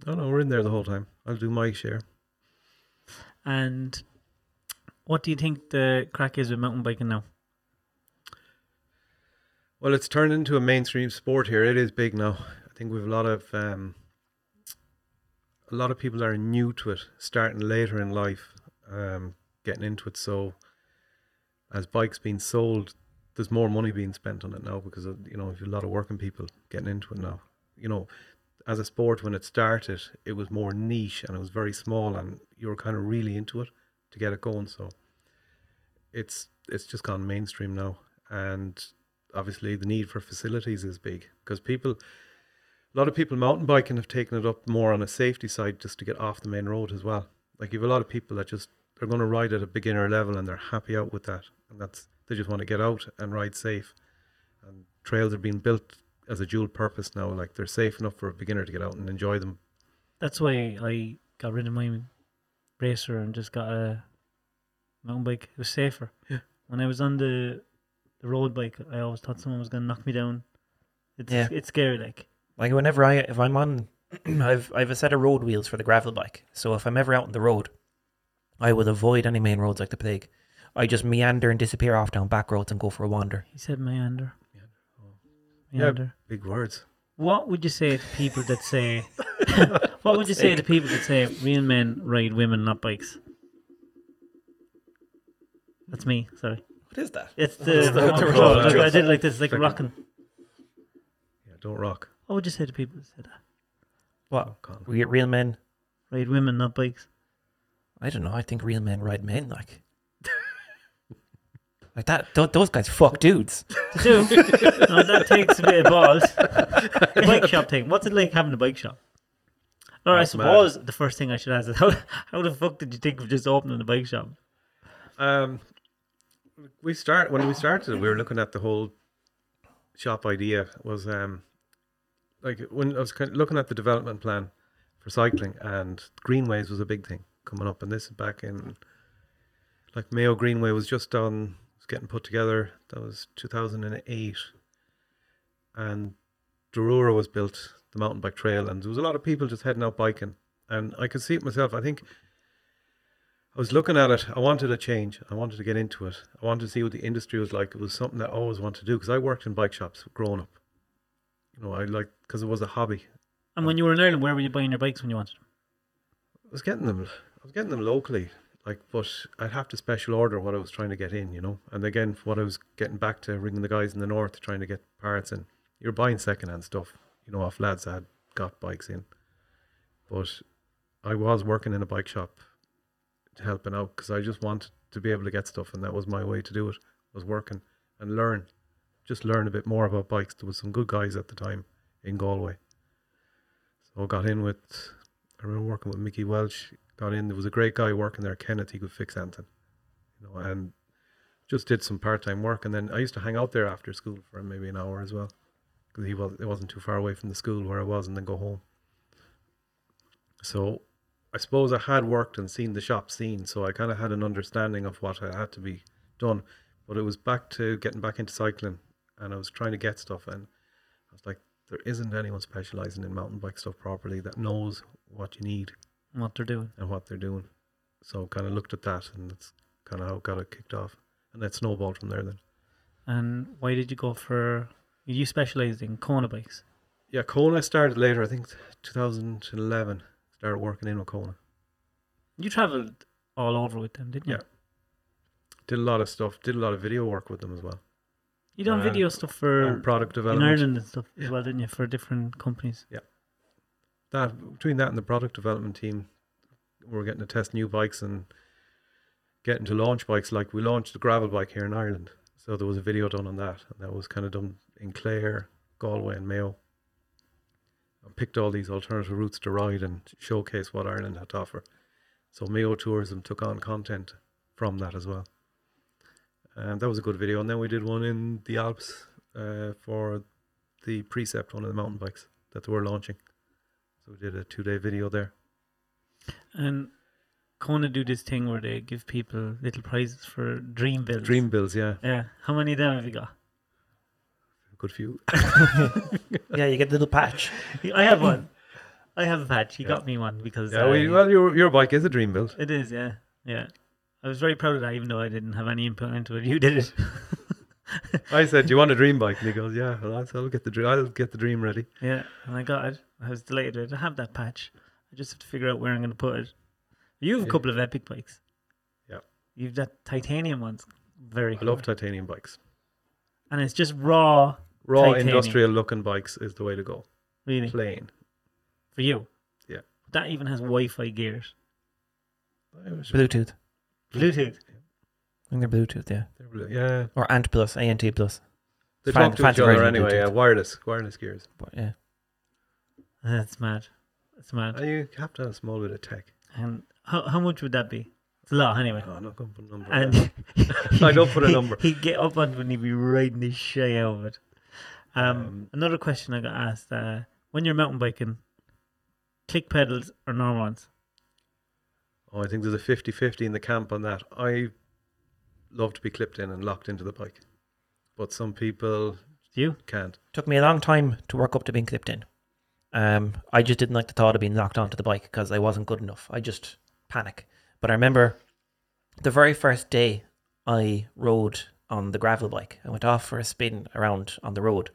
[SPEAKER 2] No, Oh, no, we're in there the whole time. I'll do my share.
[SPEAKER 1] And what do you think the crack is with mountain biking now?
[SPEAKER 2] Well, it's turned into a mainstream sport here. It is big now. I think we've a lot of um, a lot of people that are new to it, starting later in life, um, getting into it. So as bikes being sold, there's more money being spent on it now because of, you know a lot of working people getting into it now. You know, as a sport when it started, it was more niche and it was very small, and you were kind of really into it to get it going. So it's it's just gone mainstream now, and obviously the need for facilities is big because people. A lot of people mountain biking have taken it up more on a safety side just to get off the main road as well. Like you have a lot of people that just they're going to ride at a beginner level and they're happy out with that and that's they just want to get out and ride safe and trails are being built as a dual purpose now like they're safe enough for a beginner to get out and enjoy them
[SPEAKER 1] That's why I got rid of my racer and just got a mountain bike. It was safer.
[SPEAKER 2] Yeah.
[SPEAKER 1] When I was on the the road bike, I always thought someone was gonna knock me down. It's
[SPEAKER 3] Yeah.
[SPEAKER 1] it's scary. Like
[SPEAKER 3] Like whenever I if I'm on I've I've a set of road wheels for the gravel bike. So if I'm ever out on the road, I will avoid any main roads like the plague. I just meander and disappear off down back roads and go for a wander.
[SPEAKER 1] he said, meander.
[SPEAKER 2] Yeah.
[SPEAKER 1] Meander.
[SPEAKER 2] big words
[SPEAKER 1] What would you say to people that say? what would you say to people that say real men ride women, not bikes? That's me. Sorry,
[SPEAKER 3] What is that?
[SPEAKER 1] it's the.
[SPEAKER 2] the-
[SPEAKER 1] remote
[SPEAKER 2] the
[SPEAKER 1] control.
[SPEAKER 2] remote
[SPEAKER 1] Look, I
[SPEAKER 2] control.
[SPEAKER 1] did like this, like
[SPEAKER 2] Second.
[SPEAKER 1] rocking.
[SPEAKER 2] yeah don't rock
[SPEAKER 1] What would you say to people that say that?
[SPEAKER 3] What?
[SPEAKER 2] Colin.
[SPEAKER 3] We get real men.
[SPEAKER 1] Ride women, not bikes.
[SPEAKER 3] I don't know. I think real men ride men like. like that. Th- those guys fuck dudes.
[SPEAKER 1] To do. no, that takes a bit of balls. The bike shop thing. What's it like having a bike shop? Or I
[SPEAKER 2] That's mad.
[SPEAKER 1] suppose the first thing I should ask is how, how the fuck did you think of just opening a bike shop?
[SPEAKER 2] um we start when we started it, we were looking at the whole shop idea was um like when i was kind of looking at the development plan for cycling and greenways was a big thing coming up and this is back in like mayo greenway was just done was getting put together that was 2008 and Dorura was built the mountain bike trail and there was a lot of people just heading out biking and i could see it myself i think I was looking at it. I wanted a change. I wanted to get into it. I wanted to see what the industry was like. It was something that I always wanted to do because I worked in bike shops growing up. You know, I like because it was a hobby.
[SPEAKER 1] And when you were in Ireland, where were you buying your bikes when you wanted them?
[SPEAKER 2] I was getting them. I was getting them locally, like, but I'd have to special order what I was trying to get in, you know. And again, for what I was getting back to ringing the guys in the north trying to get parts in. You're buying secondhand stuff, you know, off lads that had got bikes in. But I was working in a bike shop, helping out because I just wanted to be able to get stuff, and that was my way to do it. Was working and learn, just learn a bit more about bikes. There was some good guys at the time in Galway, so I got in with I remember working with Mickey Welch. Got in. There was a great guy working there, Kenneth. He could fix anything, you know, and just did some part-time work. And then I used to hang out there after school for maybe an hour as well, because he was it wasn't too far away from the school where I was, and then go home. So, I suppose I had worked and seen the shop scene, so I kind of had an understanding of what I had to be done. But it was back to getting back into cycling, and I was trying to get stuff, and I was like, there isn't anyone specializing in mountain bike stuff properly that knows what you need
[SPEAKER 1] And what they're doing?
[SPEAKER 2] and what they're doing. So kind of looked at that, and that's kind of how it got it kicked off, and that snowballed from there. Then
[SPEAKER 1] And why did you go for? You specialised in corner bikes.
[SPEAKER 2] yeah, Kona started later. I think 2011 started working in with Kona.
[SPEAKER 1] You travelled all over with them, didn't you?
[SPEAKER 2] Yeah. Did a lot of stuff. Did a lot of video work with them as well.
[SPEAKER 1] You done
[SPEAKER 2] Uh,
[SPEAKER 1] video stuff for
[SPEAKER 2] and product
[SPEAKER 1] in
[SPEAKER 2] development.
[SPEAKER 1] Ireland and stuff as
[SPEAKER 2] Yeah.
[SPEAKER 1] well, didn't you? For different companies.
[SPEAKER 2] that between that and the product development team, we're getting to test new bikes and getting to launch bikes. Like we launched the gravel bike here in Ireland, so there was a video done on that, and that was kind of done in Clare, Galway, and Mayo. I picked all these alternative routes to ride and showcase what Ireland had to offer. So Mayo Tourism took on content from that as well. And that was a good video. And then we did one in the Alps uh, for the Precept, one of the mountain bikes that they were launching. So we did a two day video there.
[SPEAKER 1] And Kona do this thing where they give people little prizes for dream builds.
[SPEAKER 2] Dream bills, yeah.
[SPEAKER 1] Yeah. How many of them have you got?
[SPEAKER 2] Good few.
[SPEAKER 3] Yeah, you get a little patch.
[SPEAKER 1] I have one. I have a patch. He
[SPEAKER 2] Yeah.
[SPEAKER 1] got me one because
[SPEAKER 2] Yeah,
[SPEAKER 1] uh,
[SPEAKER 2] we, well, your, your bike is a dream build.
[SPEAKER 1] it is. Yeah, yeah. I was very proud of that, even though I didn't have any input into it. You did it.
[SPEAKER 2] I said, "Do you want a dream bike?" And he goes, "Yeah, well, that's- I'll get the dream. I'll get the dream ready."
[SPEAKER 1] Yeah, and I got it. I was delighted with it. I have that patch. I just have to figure out where I'm going to put it. You have a
[SPEAKER 2] Yeah.
[SPEAKER 1] couple of epic bikes. You've that titanium one's very
[SPEAKER 2] I
[SPEAKER 1] cool.
[SPEAKER 2] love titanium bikes.
[SPEAKER 1] and it's just raw,
[SPEAKER 2] Raw
[SPEAKER 1] Titanium.
[SPEAKER 2] industrial looking bikes is the way to go.
[SPEAKER 1] really,
[SPEAKER 2] Plain.
[SPEAKER 1] for you.
[SPEAKER 2] Yeah.
[SPEAKER 1] That even has Wi-Fi gears,
[SPEAKER 2] I was-
[SPEAKER 3] Bluetooth.
[SPEAKER 1] Bluetooth.
[SPEAKER 3] I'm going Bluetooth, yeah.
[SPEAKER 2] they're really- Yeah,
[SPEAKER 3] Or Ant Plus, ANT Plus.
[SPEAKER 2] they
[SPEAKER 3] Fan-
[SPEAKER 2] talk to each
[SPEAKER 3] fancy
[SPEAKER 2] other
[SPEAKER 3] version of
[SPEAKER 2] anyway. Yeah,
[SPEAKER 3] Bluetooth.
[SPEAKER 2] wireless, wireless gears.
[SPEAKER 3] But yeah.
[SPEAKER 1] That's mad. That's mad.
[SPEAKER 2] And you have to have a small bit of tech.
[SPEAKER 1] And how, how much would that be? It's a lot, anyway.
[SPEAKER 2] Oh, I'm not going to put a number. on that.
[SPEAKER 1] And
[SPEAKER 2] I don't put a
[SPEAKER 1] he-
[SPEAKER 2] number.
[SPEAKER 1] He'd get up on and he'd be riding his shay out of it. Um,
[SPEAKER 2] Um,
[SPEAKER 1] another question I got asked: uh, When you're mountain biking, click pedals or normal ones?
[SPEAKER 2] Oh, I think there's a 50 50 in the camp on that. I love to be clipped in and locked into the bike, but some people
[SPEAKER 1] Do you?
[SPEAKER 2] can't.
[SPEAKER 3] Took me a long time to work up to being clipped in. Um, I just didn't like the thought of being locked onto the bike because I wasn't good enough. I just panic. But I remember the very first day I rode on the gravel bike. I went off for a spin around on the road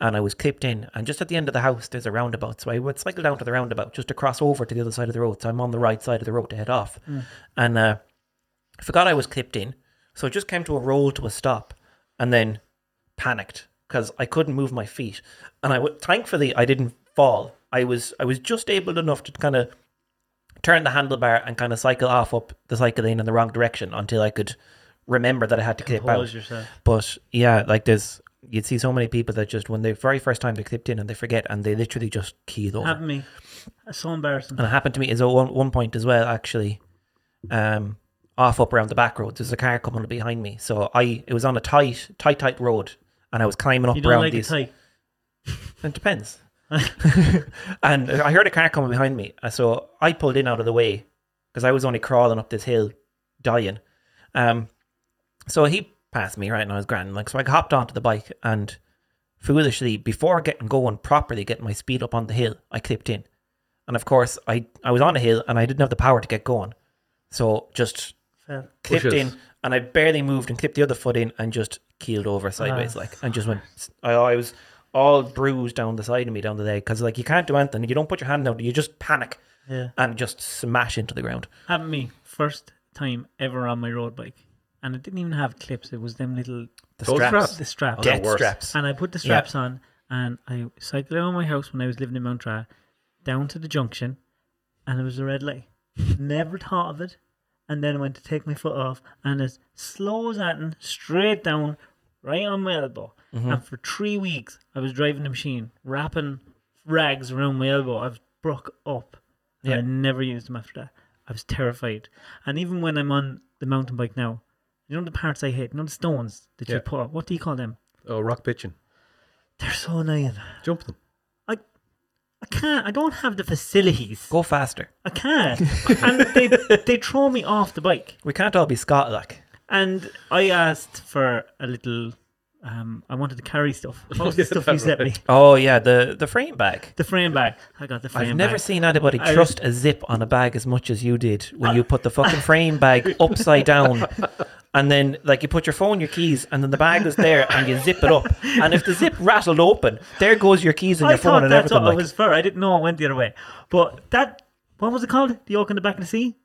[SPEAKER 3] and I was clipped in. And just at the end of the house, there's a roundabout. So I would cycle down to the roundabout just to cross over to the other side of the road. So I'm on the right side of the road to head off. And uh, I forgot I was clipped in. So I just came to a roll to a stop and then panicked because I couldn't move my feet. And I w- thankfully I didn't fall. I was I was just able enough to kind of turn the handlebar and kind of cycle off up the cycle lane in the wrong direction until I could remember that I had to clip out.
[SPEAKER 1] Pause yourself.
[SPEAKER 3] But yeah, like there's you'd see so many people that just when they very first time they clipped in and they forget and they literally just keel over.
[SPEAKER 1] Happened to me. It's so embarrassing.
[SPEAKER 3] And it happened to me is at one, one point as well, actually, um, off up around the back road. There's a car coming up behind me, so I it was on a tight, tight, tight road, and I was climbing up
[SPEAKER 1] You don't
[SPEAKER 3] around
[SPEAKER 1] like
[SPEAKER 3] these.
[SPEAKER 1] it tight.
[SPEAKER 3] It depends. and I heard a car coming behind me, uh, so I pulled in out of the way because I was only crawling up this hill, dying. Um, so he passed me right, and I was grand. Like so, I hopped onto the bike and foolishly, before getting going properly, getting my speed up on the hill, I clipped in, and of course, I I was on a hill and I didn't have the power to get going, so just
[SPEAKER 1] Fell.
[SPEAKER 3] clipped
[SPEAKER 2] Pushes.
[SPEAKER 3] in and I barely moved and clipped the other foot in and just keeled
[SPEAKER 1] Ah.
[SPEAKER 3] over sideways like and just went I, I was all bruised down the side of me down the leg because like you can't do anything you don't put your hand out you just panic
[SPEAKER 1] Yeah.
[SPEAKER 3] and just smash into the ground
[SPEAKER 1] Happened to me. First time ever on my road bike. And it didn't even have clips. It was them little
[SPEAKER 3] the
[SPEAKER 2] Those
[SPEAKER 3] straps
[SPEAKER 2] straps.
[SPEAKER 1] the straps.
[SPEAKER 2] they're
[SPEAKER 3] death
[SPEAKER 2] worse.
[SPEAKER 3] straps
[SPEAKER 1] And I put the straps on and I cycled around my house when I was living in Montreal down to the junction and it was a red light. Never thought of it. And then I went to take my foot off and as slow as that straight down right on my elbow. And for three weeks I was driving the machine, wrapping rags around my elbow. I've broke up. And I
[SPEAKER 3] Yeah.
[SPEAKER 1] never used them after that. I was terrified. And even when I'm on the mountain bike now, you know the parts I hit, you know the stones that
[SPEAKER 2] Yeah.
[SPEAKER 1] you put up, what do you call them?
[SPEAKER 2] Oh, rock pitching.
[SPEAKER 1] They're so annoying.
[SPEAKER 2] Jump them.
[SPEAKER 1] I can't. I don't have the facilities.
[SPEAKER 3] go faster
[SPEAKER 1] I can't. and they they throw me off the bike.
[SPEAKER 3] we can't all be Scott like
[SPEAKER 1] And I asked for a little. Um, I wanted to carry stuff. What was the
[SPEAKER 2] yeah,
[SPEAKER 1] stuff
[SPEAKER 2] that
[SPEAKER 1] you sent me?
[SPEAKER 3] oh yeah the the frame bag
[SPEAKER 1] The frame bag. I got the frame
[SPEAKER 3] I've never
[SPEAKER 1] bag.
[SPEAKER 3] seen anybody
[SPEAKER 1] I-
[SPEAKER 3] trust a zip on a bag as much as you did when you put the fucking frame bag upside down. And then, like, you put your phone, your keys, and then the bag is there, and you zip it up. And if the zip rattled open, there goes your keys and
[SPEAKER 1] I
[SPEAKER 3] your phone
[SPEAKER 1] thought
[SPEAKER 3] and
[SPEAKER 1] that's
[SPEAKER 3] everything.
[SPEAKER 1] what I
[SPEAKER 3] Like,
[SPEAKER 1] was for. I didn't know I went the other way. But that. What was it called? The yoke in the back of the sea.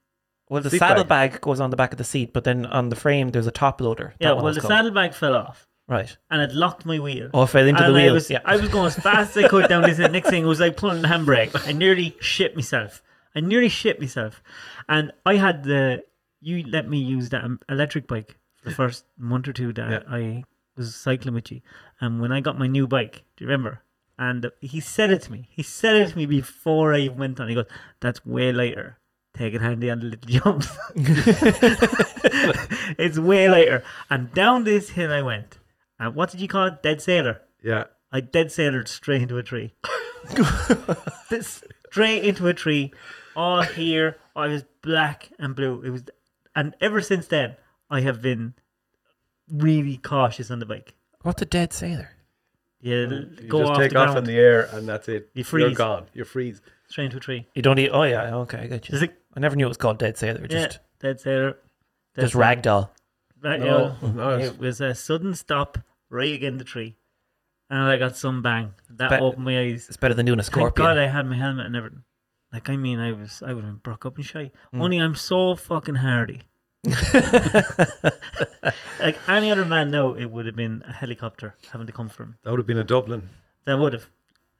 [SPEAKER 3] well, the
[SPEAKER 2] Seat
[SPEAKER 3] saddle bag. goes on the back of the seat, but then on the frame there's a top loader. That
[SPEAKER 1] Yeah.
[SPEAKER 3] one
[SPEAKER 1] Well,
[SPEAKER 3] it's
[SPEAKER 1] the
[SPEAKER 3] called.
[SPEAKER 1] saddlebag fell off,
[SPEAKER 3] right.
[SPEAKER 1] and it locked my wheel.
[SPEAKER 3] Oh, it fell into
[SPEAKER 1] and
[SPEAKER 3] the
[SPEAKER 1] I
[SPEAKER 3] wheels.
[SPEAKER 1] was,
[SPEAKER 3] yeah.
[SPEAKER 1] I was going as fast as I could down this. And next thing, it was like pulling the handbrake. I nearly shit myself. I nearly shit myself. And I had the you let me use that um, electric bike for the first month or two that
[SPEAKER 2] Yeah.
[SPEAKER 1] I was cycling with you. And when I got my new bike, do you remember? And he said it to me. He said it to me before I even went on. He goes, "That's way later. Take it handy on the little jumps." it's way later. And down this hill I went. And what did you call it? Dead sailor.
[SPEAKER 2] Yeah.
[SPEAKER 1] I dead sailored straight into a tree. this, straight into a tree. All here. I was black and blue. It was, and ever since then, I have been really cautious on the bike.
[SPEAKER 3] What's a dead sailor?
[SPEAKER 1] Yeah,
[SPEAKER 2] Mm. You
[SPEAKER 1] go
[SPEAKER 2] just
[SPEAKER 1] off
[SPEAKER 2] take
[SPEAKER 1] the
[SPEAKER 2] off
[SPEAKER 1] ground,
[SPEAKER 2] in the air and that's it.
[SPEAKER 1] You
[SPEAKER 2] You're
[SPEAKER 1] freeze.
[SPEAKER 2] gone. You freeze.
[SPEAKER 1] straight into a tree.
[SPEAKER 3] You don't eat. Oh, yeah. Okay, I got you.
[SPEAKER 1] It's like
[SPEAKER 3] I never knew it was called dead sailor.
[SPEAKER 1] yeah,
[SPEAKER 3] Just,
[SPEAKER 1] dead sailor. Dead
[SPEAKER 3] just
[SPEAKER 1] sailor.
[SPEAKER 3] ragdoll.
[SPEAKER 1] Right,
[SPEAKER 2] No,
[SPEAKER 1] yeah.
[SPEAKER 2] no, it's-
[SPEAKER 1] It was a sudden stop right again the tree, and I got some bang that
[SPEAKER 3] But-
[SPEAKER 1] opened my eyes.
[SPEAKER 3] It's better than doing a
[SPEAKER 1] Thank God
[SPEAKER 3] scorpion.
[SPEAKER 1] I had my helmet
[SPEAKER 3] Mm.
[SPEAKER 1] and everything. Like I mean, I was I would have been broke up and shy. Only I'm so fucking hardy. Like any other man, no, it would have been a helicopter having to come for him.
[SPEAKER 2] That would have been a Dublin,
[SPEAKER 1] That would have.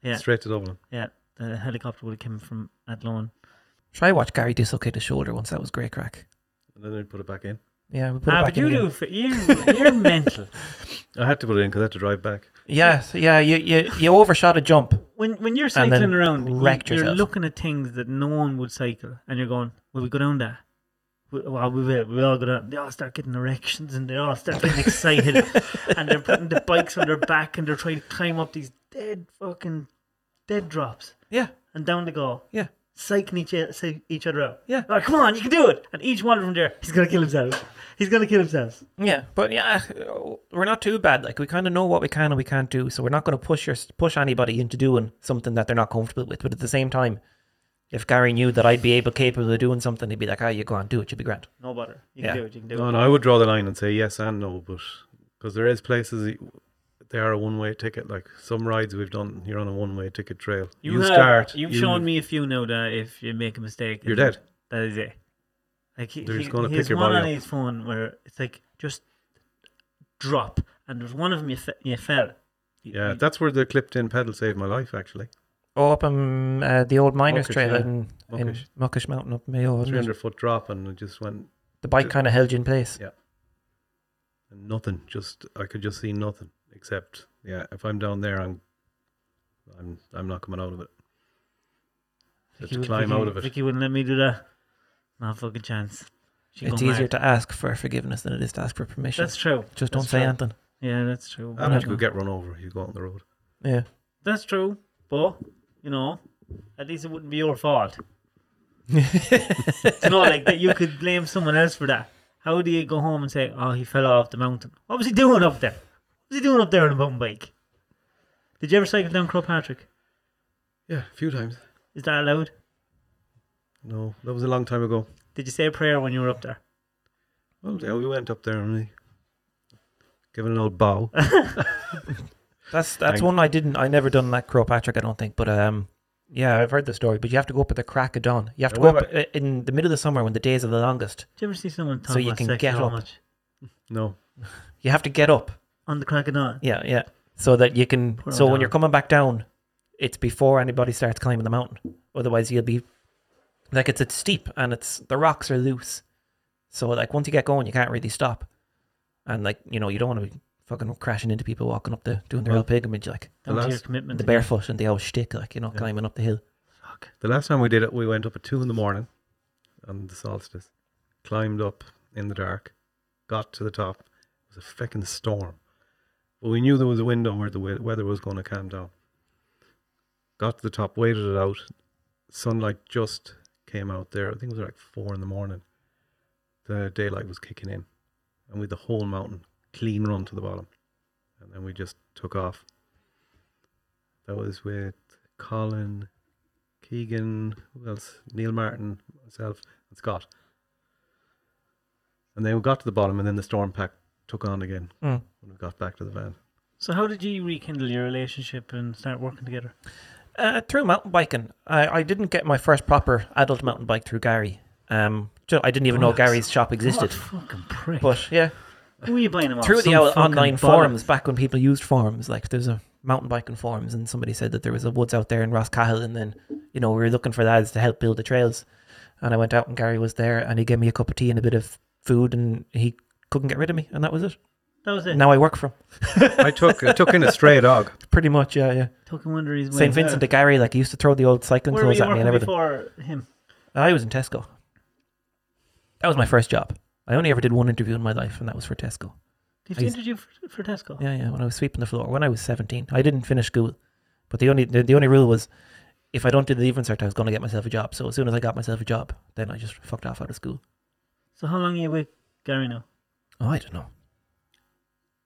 [SPEAKER 1] Yeah.
[SPEAKER 2] straight to Dublin.
[SPEAKER 1] Yeah, the helicopter would have come from Athlone.
[SPEAKER 3] Try watch Gary dislocate his shoulder once. That was great crack.
[SPEAKER 2] And then they'd put it back in.
[SPEAKER 3] Yeah, we put it
[SPEAKER 1] Ah,
[SPEAKER 3] back
[SPEAKER 1] but
[SPEAKER 3] in
[SPEAKER 1] you
[SPEAKER 3] again.
[SPEAKER 1] do. f- You, you're mental.
[SPEAKER 2] I had to put it in because I had to drive back.
[SPEAKER 3] Yeah, so yeah. You, you you overshot a jump.
[SPEAKER 1] When when you're
[SPEAKER 3] And then
[SPEAKER 1] cycling around, you,
[SPEAKER 3] wrecked
[SPEAKER 1] you're
[SPEAKER 3] yourself.
[SPEAKER 1] looking at things that no one would cycle, and you're going, "Will we go down there?" We- Well, we will. We all go down. They all start getting erections, and they all start getting excited, and they're putting the bikes on their back, and they're trying to climb up these dead fucking dead drops,
[SPEAKER 3] Yeah,
[SPEAKER 1] and down they go,
[SPEAKER 3] yeah.
[SPEAKER 1] psyching each o- psy- each other out.
[SPEAKER 3] Yeah.
[SPEAKER 1] oh, come on, you can do it! And each one of them there, he's gonna kill himself. He's gonna kill himself.
[SPEAKER 3] Yeah, but yeah, uh, we're not too bad. Like we kind of know what we can and we can't do, so we're not going to push your push anybody into doing something that they're not comfortable with. But at the same time, if Gary knew that I'd be able capable of doing something, he'd be like, "Ah, you go on, do it. You'll be grand."
[SPEAKER 1] No bother. You
[SPEAKER 3] Yeah.
[SPEAKER 1] can do it. You can do
[SPEAKER 2] No,
[SPEAKER 1] it.
[SPEAKER 2] no, I would draw the line and say yes and no, but because there is places y- they are a one-way ticket. Like some rides we've done, you're on a one-way ticket trail. You,
[SPEAKER 1] have-
[SPEAKER 2] start.
[SPEAKER 1] You've
[SPEAKER 2] you-
[SPEAKER 1] shown me a few now that if you make a mistake,
[SPEAKER 2] You're
[SPEAKER 1] it's-
[SPEAKER 2] dead.
[SPEAKER 1] That is it. Like he,
[SPEAKER 2] They're
[SPEAKER 1] he,
[SPEAKER 2] just gonna pick
[SPEAKER 1] he's
[SPEAKER 2] your
[SPEAKER 1] one
[SPEAKER 2] body
[SPEAKER 1] on
[SPEAKER 2] up.
[SPEAKER 1] his phone where it's like just drop, and there's one of them you, fe- you fell. You-
[SPEAKER 2] Yeah,
[SPEAKER 1] you-
[SPEAKER 2] that's where the clipped-in pedal saved my life. Actually,
[SPEAKER 3] Oh, up um, uh, the old miners'
[SPEAKER 2] Muckish,
[SPEAKER 3] trail
[SPEAKER 2] yeah.
[SPEAKER 3] in, in
[SPEAKER 2] Muckish.
[SPEAKER 3] Muckish Mountain up Mayo. wasn't it?
[SPEAKER 2] 300-foot drop, and it just went
[SPEAKER 3] The bike kind of held you in place.
[SPEAKER 2] Yeah. and nothing. Just I could just see nothing except yeah. If I'm down there, I'm, I'm, I'm not coming out of it. Just
[SPEAKER 1] Vicky would-
[SPEAKER 2] climb
[SPEAKER 1] Vicky-
[SPEAKER 2] out of it.
[SPEAKER 1] Vicky wouldn't let me do that. Not a fucking chance. She'd
[SPEAKER 3] It's
[SPEAKER 1] go mad.
[SPEAKER 3] easier to ask for forgiveness than it is to ask for permission.
[SPEAKER 1] That's true.
[SPEAKER 3] Just don't
[SPEAKER 1] that's
[SPEAKER 3] say
[SPEAKER 1] true.
[SPEAKER 3] anything.
[SPEAKER 1] Yeah, that's true.
[SPEAKER 2] And
[SPEAKER 3] no,
[SPEAKER 2] if you
[SPEAKER 3] no.
[SPEAKER 2] could get run over, you go out on the road.
[SPEAKER 3] Yeah.
[SPEAKER 1] That's true. But you know, at least it wouldn't be your fault. you know, like that you could blame someone else for that. How do you go home and say, "Oh, he fell off the mountain"? What was he doing up there? What was he doing up there on a mountain bike? Did you ever cycle down Crowpatrick?
[SPEAKER 2] Yeah, a few times.
[SPEAKER 1] Is that allowed?
[SPEAKER 2] No, that was a long time ago.
[SPEAKER 1] Did you say a prayer when you were up there?
[SPEAKER 2] Well, yeah, we went up there and we giving an old bow.
[SPEAKER 3] That's that's
[SPEAKER 2] Thank-
[SPEAKER 3] one I didn't. I never done that Crowpatrick. I don't think, but um, yeah, I've heard the story. But you have to go up at the crack of dawn. You have to
[SPEAKER 2] Yeah,
[SPEAKER 3] go
[SPEAKER 2] what
[SPEAKER 3] up uh, in the middle of the summer when the days are the longest.
[SPEAKER 1] Did you ever see someone talk
[SPEAKER 3] So you
[SPEAKER 1] about
[SPEAKER 3] can
[SPEAKER 1] sex
[SPEAKER 3] get
[SPEAKER 1] so
[SPEAKER 3] up.
[SPEAKER 1] much
[SPEAKER 2] No,
[SPEAKER 3] You have to get up.
[SPEAKER 1] on the crack of dawn?
[SPEAKER 3] Yeah, yeah. So that you can.
[SPEAKER 1] Put it
[SPEAKER 3] so when
[SPEAKER 1] down.
[SPEAKER 3] you're coming back down, it's before anybody starts climbing the mountain. Otherwise, you'll be like it's it's steep and it's the rocks are loose. So like once you get going, you can't really stop. And like you know, you don't want to be fucking crashing into people walking up there doing their
[SPEAKER 2] Well,
[SPEAKER 3] old pilgrimage like
[SPEAKER 1] That was your
[SPEAKER 2] last-
[SPEAKER 1] commitment.
[SPEAKER 3] the barefoot and the old shtick, like you know,
[SPEAKER 2] Yeah.
[SPEAKER 3] climbing up the hill.
[SPEAKER 1] Fuck.
[SPEAKER 2] the last time we did it, we went up at two in the morning on the solstice, climbed up in the dark, got to the top. It was a feckin' storm, but we knew there was a window where the we- weather was going to calm down. Got to the top, waited it out. Sunlight just came out there. I think it was like four in the morning. The daylight was kicking in, and with the whole mountain clean run to the bottom, and then we just took off. That was with Colin Keegan, who else? Neil Martin, myself, and Scott. And then we got to the bottom, and then the storm pack took on again
[SPEAKER 3] Mm.
[SPEAKER 2] when we got back to the van.
[SPEAKER 1] So how did you rekindle your relationship and start working together?
[SPEAKER 3] Uh, through mountain biking, I, I didn't get my first proper adult mountain bike through Gary. Um, ju- I didn't even know
[SPEAKER 1] What?
[SPEAKER 3] Gary's shop existed.
[SPEAKER 1] What a fucking prick.
[SPEAKER 3] But yeah,
[SPEAKER 1] Who are you buying them off?
[SPEAKER 3] through the
[SPEAKER 1] Oh, Some
[SPEAKER 3] old
[SPEAKER 1] fucking
[SPEAKER 3] online
[SPEAKER 1] bollock?
[SPEAKER 3] forums back when people used forums, like there's a mountain biking forums, and somebody said that there was a woods out there in Roscahill, and then you know we were looking for lads to help build the trails, and I went out and Gary was there, and he gave me a cup of tea and a bit of food, and he couldn't get rid of me, and that was it.
[SPEAKER 1] That was it.
[SPEAKER 3] Now I work for him,
[SPEAKER 2] I took I took in a stray dog.
[SPEAKER 3] pretty much. Yeah, yeah.
[SPEAKER 1] Talking wonder he's
[SPEAKER 3] St. Vincent de Gary, like he used to throw the old cycling
[SPEAKER 1] uh, Where were
[SPEAKER 3] clothes
[SPEAKER 1] you
[SPEAKER 3] at me and
[SPEAKER 1] working
[SPEAKER 3] everything.
[SPEAKER 1] before him?
[SPEAKER 3] I was in Tesco. That was my first job. I only ever did one interview in my life, and that was for Tesco.
[SPEAKER 1] Did
[SPEAKER 3] I
[SPEAKER 1] you
[SPEAKER 3] used-
[SPEAKER 1] interview for, for Tesco?
[SPEAKER 3] Yeah, yeah. When I was sweeping the floor, when I was seventeen, I didn't finish school, but the only the, the only rule was, if I don't do the leaving cert, I was going to get myself a job. So as soon as I got myself a job, then I just fucked off out of school.
[SPEAKER 1] So how long are you with Gary now?
[SPEAKER 3] Oh, I don't know.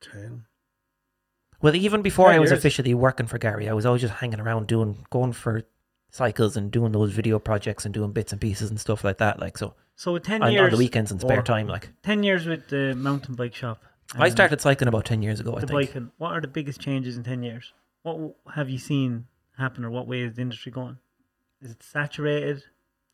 [SPEAKER 2] Ten.
[SPEAKER 3] Well, even before
[SPEAKER 2] Yeah,
[SPEAKER 3] I was
[SPEAKER 2] yours.
[SPEAKER 3] officially working for Gary, I was always just hanging around doing, going for cycles and doing those video projects and doing bits and pieces and stuff like that. Like so,
[SPEAKER 1] So with ten
[SPEAKER 3] and on
[SPEAKER 1] years,
[SPEAKER 3] the weekends and spare
[SPEAKER 1] or-
[SPEAKER 3] time. Like
[SPEAKER 1] ten years with the mountain bike shop.
[SPEAKER 3] I
[SPEAKER 1] um,
[SPEAKER 3] started cycling about ten years ago. I
[SPEAKER 1] the
[SPEAKER 3] think.
[SPEAKER 1] biking. What are the biggest changes in ten years? What w- have you seen happen, or what way is the industry going? Is it saturated?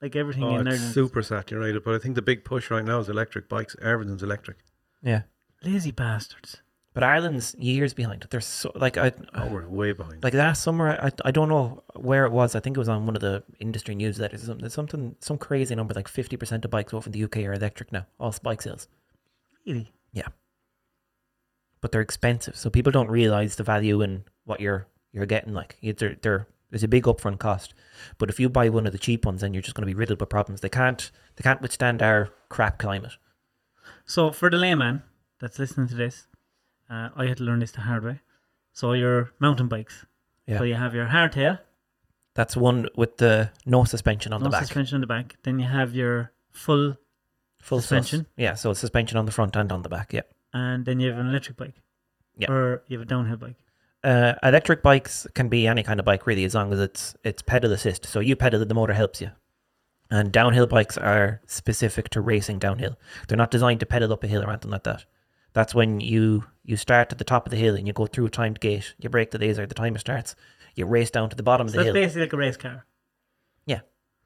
[SPEAKER 1] Like everything
[SPEAKER 2] Oh,
[SPEAKER 1] in
[SPEAKER 2] it's
[SPEAKER 1] Ireland.
[SPEAKER 2] super saturated, but I think the big push right now is electric bikes. Everything's electric.
[SPEAKER 3] Yeah.
[SPEAKER 1] Lazy bastards.
[SPEAKER 3] But Ireland's years behind. They're so like I
[SPEAKER 2] Oh, we're way behind.
[SPEAKER 3] like last summer. I I don't know where it was. I think it was on one of the industry newsletters. or Something there's something some crazy number like fifty percent of bikes over in the UK are electric now. All bike sales,
[SPEAKER 1] Really?
[SPEAKER 3] but they're expensive, so people don't realize the value in what you're you're getting. Like it's they're, they're there's a big upfront cost, but if you buy one of the cheap ones, then you're just going to be riddled with problems. They can't they can't withstand our crap climate.
[SPEAKER 1] So for the layman that's listening to this, uh, I had to learn this the hard way. So your mountain bikes.
[SPEAKER 3] Yeah.
[SPEAKER 1] So you have your hardtail,
[SPEAKER 3] That's one with the no suspension on
[SPEAKER 1] no
[SPEAKER 3] the back,
[SPEAKER 1] suspension on the back. Then you have your full,
[SPEAKER 3] full sus.
[SPEAKER 1] suspension.
[SPEAKER 3] Yeah, so suspension on the front and on the back. Yeah.
[SPEAKER 1] and then you have an electric bike.
[SPEAKER 3] Yeah.
[SPEAKER 1] Or you have a downhill bike.
[SPEAKER 3] uh, electric bikes can be any kind of bike really, as long as it's it's pedal assist. So you pedal it, the motor helps you. And downhill bikes are specific to racing downhill. They're not designed to pedal up a hill or anything like that. That's when you you start at the top of the hill and you go through a timed gate. You break the laser, the timer starts. You race down to the bottom
[SPEAKER 1] So
[SPEAKER 3] of the
[SPEAKER 1] that's
[SPEAKER 3] hill.
[SPEAKER 1] basically like a race car.
[SPEAKER 3] Yeah.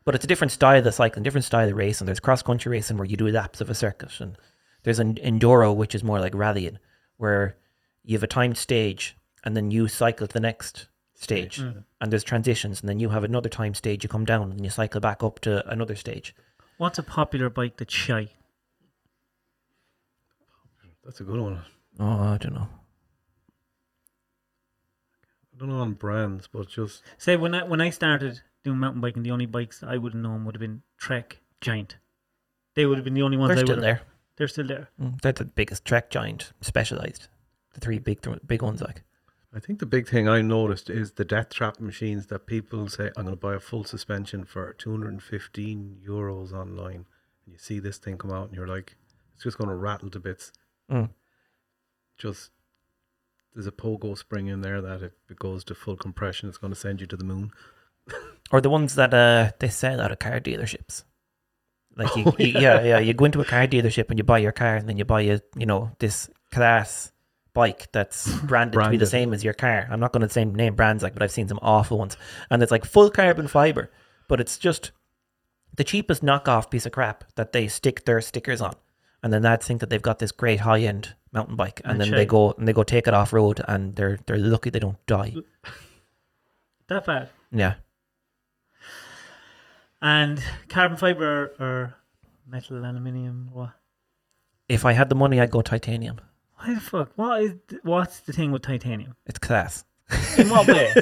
[SPEAKER 3] But it's a different style of cycling, different style of racing. There's cross country racing where you do laps of a circuit, and there's an enduro, which is more like rallying, where you have a timed stage and then you cycle to the next stage. And there's transitions, and then you have another time stage. You come down and you cycle back up to another stage.
[SPEAKER 1] What's a popular bike that's shy?
[SPEAKER 2] That's a good one.
[SPEAKER 3] Oh, I don't know.
[SPEAKER 2] I don't know on brands, but just
[SPEAKER 1] Say when I when I started doing mountain biking, the only bikes that I would have known would have been Trek, Giant. They would have been the only ones
[SPEAKER 3] They're
[SPEAKER 1] I
[SPEAKER 3] still
[SPEAKER 1] would.
[SPEAKER 3] there.
[SPEAKER 1] They're still there.
[SPEAKER 3] Mm, They're the biggest track giant, specialized. The three big big ones, like.
[SPEAKER 2] I think the big thing I noticed is the death trap machines that people say I'm going to buy a full suspension for 215 euros online, and you see this thing come out, and you're like, it's just going to rattle to bits.
[SPEAKER 3] Mm.
[SPEAKER 2] Just there's a pogo spring in there that if it goes to full compression, it's going to send you to the moon.
[SPEAKER 3] or the ones that uh, they sell out of car dealerships. Like you,
[SPEAKER 2] Oh,
[SPEAKER 3] you- yeah. yeah, you go into a car dealership and you buy your car, and then you buy a, you know, this class bike that's branded, to be the
[SPEAKER 2] Branded.
[SPEAKER 3] same as your car. I'm not going to say name brands like, but I've seen some awful ones, and it's like full carbon fiber, but it's just the cheapest knockoff piece of crap that they stick their stickers on, and then that think that they've got this great high end mountain bike, and
[SPEAKER 1] And
[SPEAKER 3] then
[SPEAKER 1] check.
[SPEAKER 3] they go and they go take it off road, and they're they're lucky they don't die.
[SPEAKER 1] That bad.
[SPEAKER 3] Yeah,
[SPEAKER 1] And carbon fiber or, or metal, aluminium, what?
[SPEAKER 3] if I had the money, I'd go titanium.
[SPEAKER 1] Why the fuck? What is th- what's the thing with titanium?
[SPEAKER 3] It's class.
[SPEAKER 1] In what way?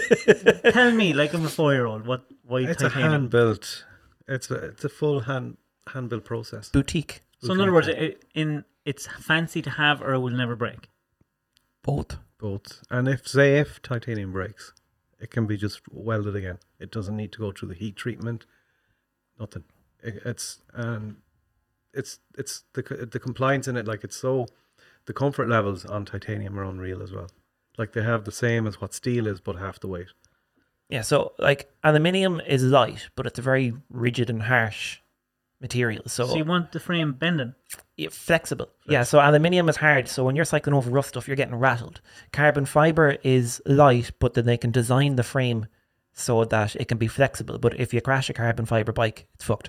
[SPEAKER 1] Tell me, like I'm a four year old, what why
[SPEAKER 2] It's a
[SPEAKER 1] titanium?
[SPEAKER 2] hand built. It's a it's a full hand hand built process.
[SPEAKER 3] boutique.
[SPEAKER 1] so in other words, it, in it's fancy to have or it will never break.
[SPEAKER 3] Both.
[SPEAKER 2] Both. And if say if titanium breaks, it can be just welded again. It doesn't need to go through the heat treatment. Nothing. It, it's um, it's it's the c- the compliance in it. Like it's so, the comfort levels on titanium are unreal as well. Like they have the same as what steel is, but half the weight.
[SPEAKER 3] Yeah, so like aluminium is light, but it's a very rigid and harsh material. So,
[SPEAKER 1] So you want the frame bending.
[SPEAKER 3] yeah, flexible. Yeah, so aluminium is hard. So when you're cycling over rough stuff, you're getting rattled. Carbon fiber is light, but then they can design the frame so that it can be flexible. But if you crash a carbon fiber bike, it's fucked.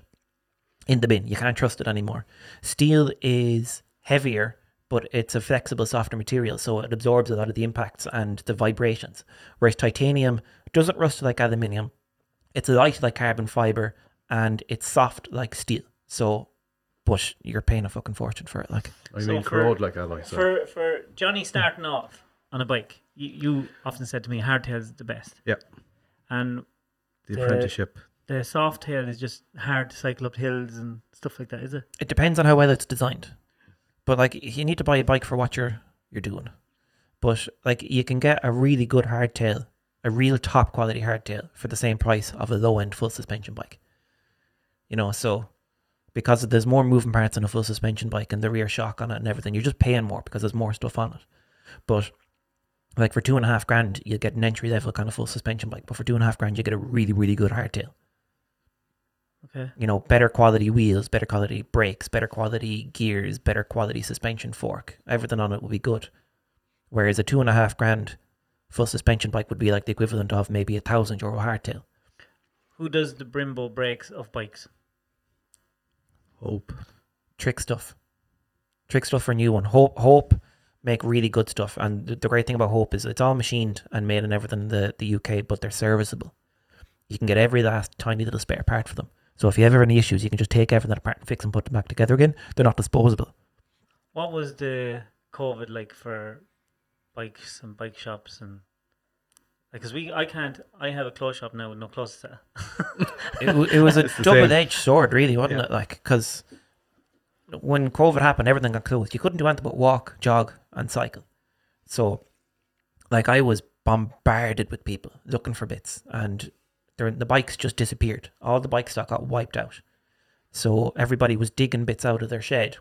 [SPEAKER 3] In the bin. You can't trust it anymore. Steel is heavier, but it's a flexible, softer material, so it absorbs a lot of the impacts and the vibrations. Whereas titanium doesn't rust like aluminium. It's light like carbon fiber, and it's soft like steel. So, but you're paying a fucking fortune for it. Like,
[SPEAKER 2] I
[SPEAKER 1] So
[SPEAKER 2] mean,
[SPEAKER 1] for-
[SPEAKER 2] corrode like alloy. So
[SPEAKER 1] For for Johnny starting off on a bike, you, you often said to me, hardtail's the best.
[SPEAKER 2] yeah,
[SPEAKER 1] And
[SPEAKER 2] the
[SPEAKER 1] Uh,
[SPEAKER 2] apprenticeship.
[SPEAKER 1] the soft tail is just hard to cycle up hills and stuff like that, is it?
[SPEAKER 3] it depends on how well it's designed. But like, you need to buy a bike for what you're you're doing. But like, you can get a really good hardtail, a real top quality hardtail, for the same price of a low end full suspension bike. You know, so because there's more moving parts on a full suspension bike and the rear shock on it and everything, you're just paying more because there's more stuff on it. But like for two and a half grand, you get an entry level kind of full suspension bike. But for two and a half grand, you get a really really good hardtail
[SPEAKER 1] Okay.
[SPEAKER 3] you know, better quality wheels, better quality brakes, better quality gears, better quality suspension fork. Everything on it would be good. Whereas a two and a half grand full suspension bike would be like the equivalent of maybe a thousand euro hardtail.
[SPEAKER 1] Who does the Brembo brakes of bikes?
[SPEAKER 2] Hope.
[SPEAKER 3] trick stuff. Trick stuff for new one. Hope Hope make really good stuff. And th- the great thing about Hope is it's all machined and made and everything in the, the UK, but they're serviceable. You can get every last tiny little spare part for them. So if you have ever any issues, you can just take everything apart and fix and put them back together again. They're not disposable.
[SPEAKER 1] What was the COVID like for bikes and bike shops and because we I can't I have a clothes shop now with no clothes. To,
[SPEAKER 3] It, w- it was a
[SPEAKER 2] It's the same.
[SPEAKER 3] double edged sword, really, wasn't
[SPEAKER 2] Yeah.
[SPEAKER 3] it? Like, because when COVID happened, everything got closed. You couldn't do anything but walk, jog, and cycle. So, like, I was bombarded with people looking for bits, and there- the bikes just disappeared. All the bike stock got wiped out. So everybody was digging bits out of their shed,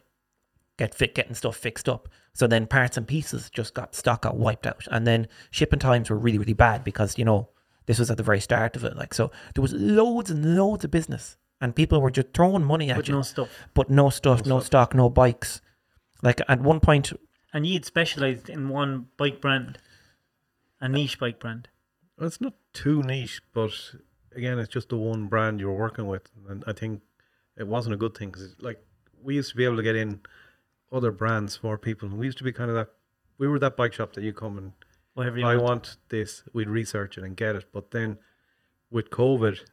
[SPEAKER 3] get fit, getting stuff fixed up. So then parts and pieces just got stock got wiped out, and then shipping times were really really bad because you know this was at the very start of it. Like so, there was loads and loads of business, and people were just throwing money at
[SPEAKER 1] with
[SPEAKER 3] you,
[SPEAKER 1] no stuff.
[SPEAKER 3] but no stuff,
[SPEAKER 2] No
[SPEAKER 3] no stock, no bikes. Like at one point,
[SPEAKER 1] And you'd specialised in one bike brand, a niche bike brand.
[SPEAKER 2] Well, it's not too niche, but again, it's just the one brand you're working with, and I think it wasn't a good thing because like we used to be able to get in other brands for people. We used to be kind of that. We were that bike shop that you come and
[SPEAKER 1] Whatever you
[SPEAKER 2] I
[SPEAKER 1] want.
[SPEAKER 2] want this. We'd research it and get it. But then with COVID,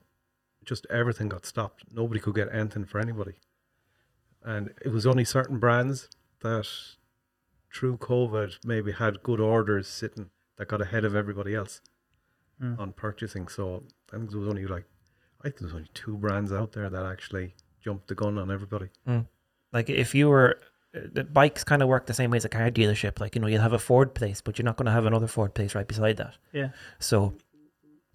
[SPEAKER 2] just everything got stopped. Nobody could get anything for anybody. And it was only certain brands that through COVID maybe had good orders sitting that got ahead of everybody else
[SPEAKER 1] Mm.
[SPEAKER 2] on purchasing. So I think there was only like, I think there was only two brands out there that actually jumped the gun on everybody.
[SPEAKER 3] like if you were uh, the bikes kind of work the same way as a car dealership like you know you'll have a ford place but you're not going to have another ford place right beside that
[SPEAKER 1] Yeah.
[SPEAKER 3] so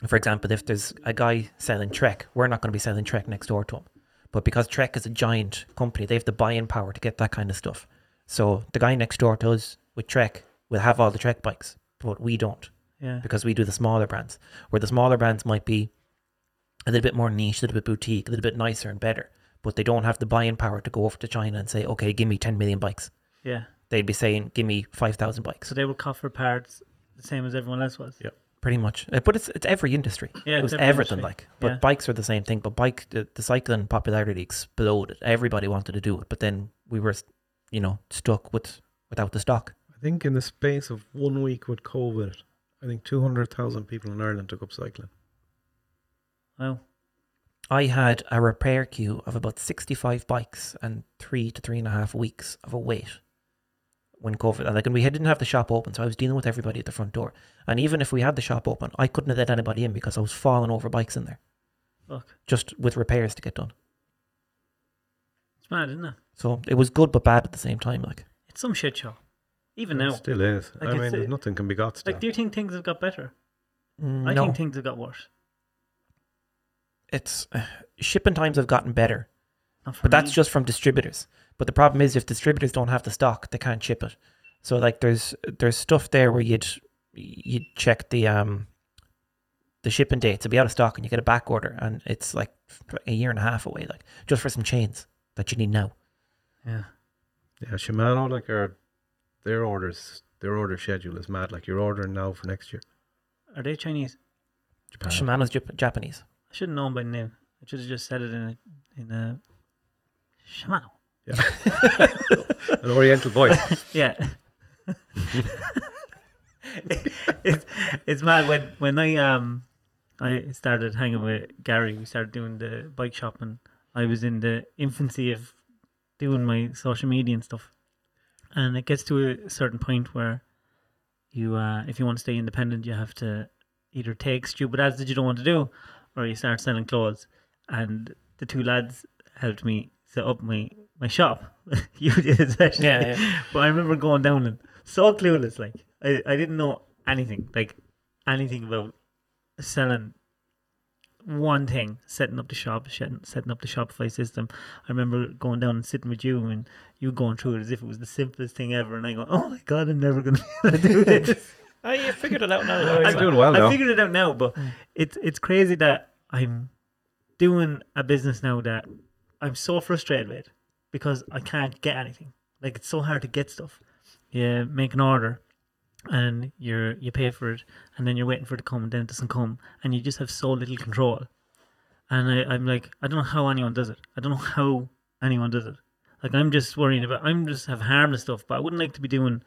[SPEAKER 3] for example if there's a guy selling trek we're not going to be selling trek next door to him but because trek is a giant company they have the buying power to get that kind of stuff so the guy next door to us with trek will have all the trek bikes but we don't
[SPEAKER 1] Yeah.
[SPEAKER 3] because we do the smaller brands, where the smaller brands might be a little bit more niche, a little bit boutique, a little bit nicer and better, but they don't have the buying power to go over to China and say, okay, give me 10 million bikes.
[SPEAKER 1] Yeah.
[SPEAKER 3] They'd be saying, give me 5,000 bikes,
[SPEAKER 1] So they were coffer parts the same as everyone else was.
[SPEAKER 3] pretty much. Uh, But it's, it's every industry.
[SPEAKER 1] Yeah,
[SPEAKER 3] it was
[SPEAKER 1] it's every
[SPEAKER 3] everything
[SPEAKER 1] industry.
[SPEAKER 3] like. But
[SPEAKER 1] Yeah.
[SPEAKER 3] bikes are the same thing. But bike, the, the cycling popularity exploded. Everybody wanted to do it. But then we were, you know, stuck with without the stock.
[SPEAKER 2] I think in the space of one week with COVID, I think 200,000 people in Ireland took up cycling.
[SPEAKER 1] Wow.
[SPEAKER 3] I had a repair queue of about 65 bikes and three to three and a half weeks of a wait when COVID. And like, and we didn't have the shop open, so I was dealing with everybody at the front door. And even if we had the shop open, I couldn't have let anybody in because I was falling over bikes in there
[SPEAKER 1] Fuck.
[SPEAKER 3] just with repairs to get done.
[SPEAKER 1] It's mad, isn't it?
[SPEAKER 3] So it was good but bad at the same time. Like,
[SPEAKER 1] It's some shit show. Even
[SPEAKER 2] It
[SPEAKER 1] now.
[SPEAKER 2] still is.
[SPEAKER 1] Like
[SPEAKER 2] I
[SPEAKER 1] it's
[SPEAKER 2] mean,
[SPEAKER 1] a-
[SPEAKER 2] there's nothing can be got still.
[SPEAKER 1] Like, do you think things have got better? I
[SPEAKER 3] uh, no,
[SPEAKER 1] think things have got worse.
[SPEAKER 3] it's shipping times have gotten better.
[SPEAKER 1] Not for
[SPEAKER 3] But that's
[SPEAKER 1] me.
[SPEAKER 3] just from distributors. But the problem is, if distributors don't have the stock, they can't ship it. So like, there's there's stuff there where you'd you'd check the um the shipping date to be out of stock, and you get a back order, and it's like a year and a half away, like just for some chains that you need now.
[SPEAKER 1] Yeah.
[SPEAKER 2] Yeah, Shimano, like our their orders, their order schedule is mad. Like you're ordering now for next year.
[SPEAKER 1] Are they Chinese?
[SPEAKER 2] Japan.
[SPEAKER 3] Shimano's Jap- Japanese.
[SPEAKER 1] I should have known by name. I should have just said it in a, in a Shimano.
[SPEAKER 2] An Oriental voice.
[SPEAKER 1] Yeah. it's, it's mad when when I um I started hanging with Gary, we started doing the bike shop and I was in the infancy of doing my social media and stuff. And it gets to a certain point where you uh if you want to stay independent you have to either take stupid ads that you don't want to do or you start selling clothes. And the two lads helped me set up my my shop. you did especially.
[SPEAKER 3] Yeah,
[SPEAKER 1] But I remember going down and so clueless. Like I, I didn't know anything, like anything about selling one thing, setting up the shop, setting, setting up the Shopify system. I remember going down and sitting with you and you going through it as if it was the simplest thing ever. And I go, oh my God, I'm never going to be able to do this.
[SPEAKER 3] Oh, you figured it out
[SPEAKER 2] He's
[SPEAKER 1] I-
[SPEAKER 2] doing well
[SPEAKER 1] I
[SPEAKER 2] now.
[SPEAKER 1] figured it out now, but it's it's crazy that I'm doing a business now that I'm so frustrated with because I can't get anything. Like it's so hard to get stuff. You make an order and you're you pay for it and then you're waiting for it to come and then it doesn't come and you just have so little control. And I, I'm like, I don't know how anyone does it. I don't know how anyone does it. Like I'm just worried about. I'm just have harmless stuff, but I wouldn't like to be doing.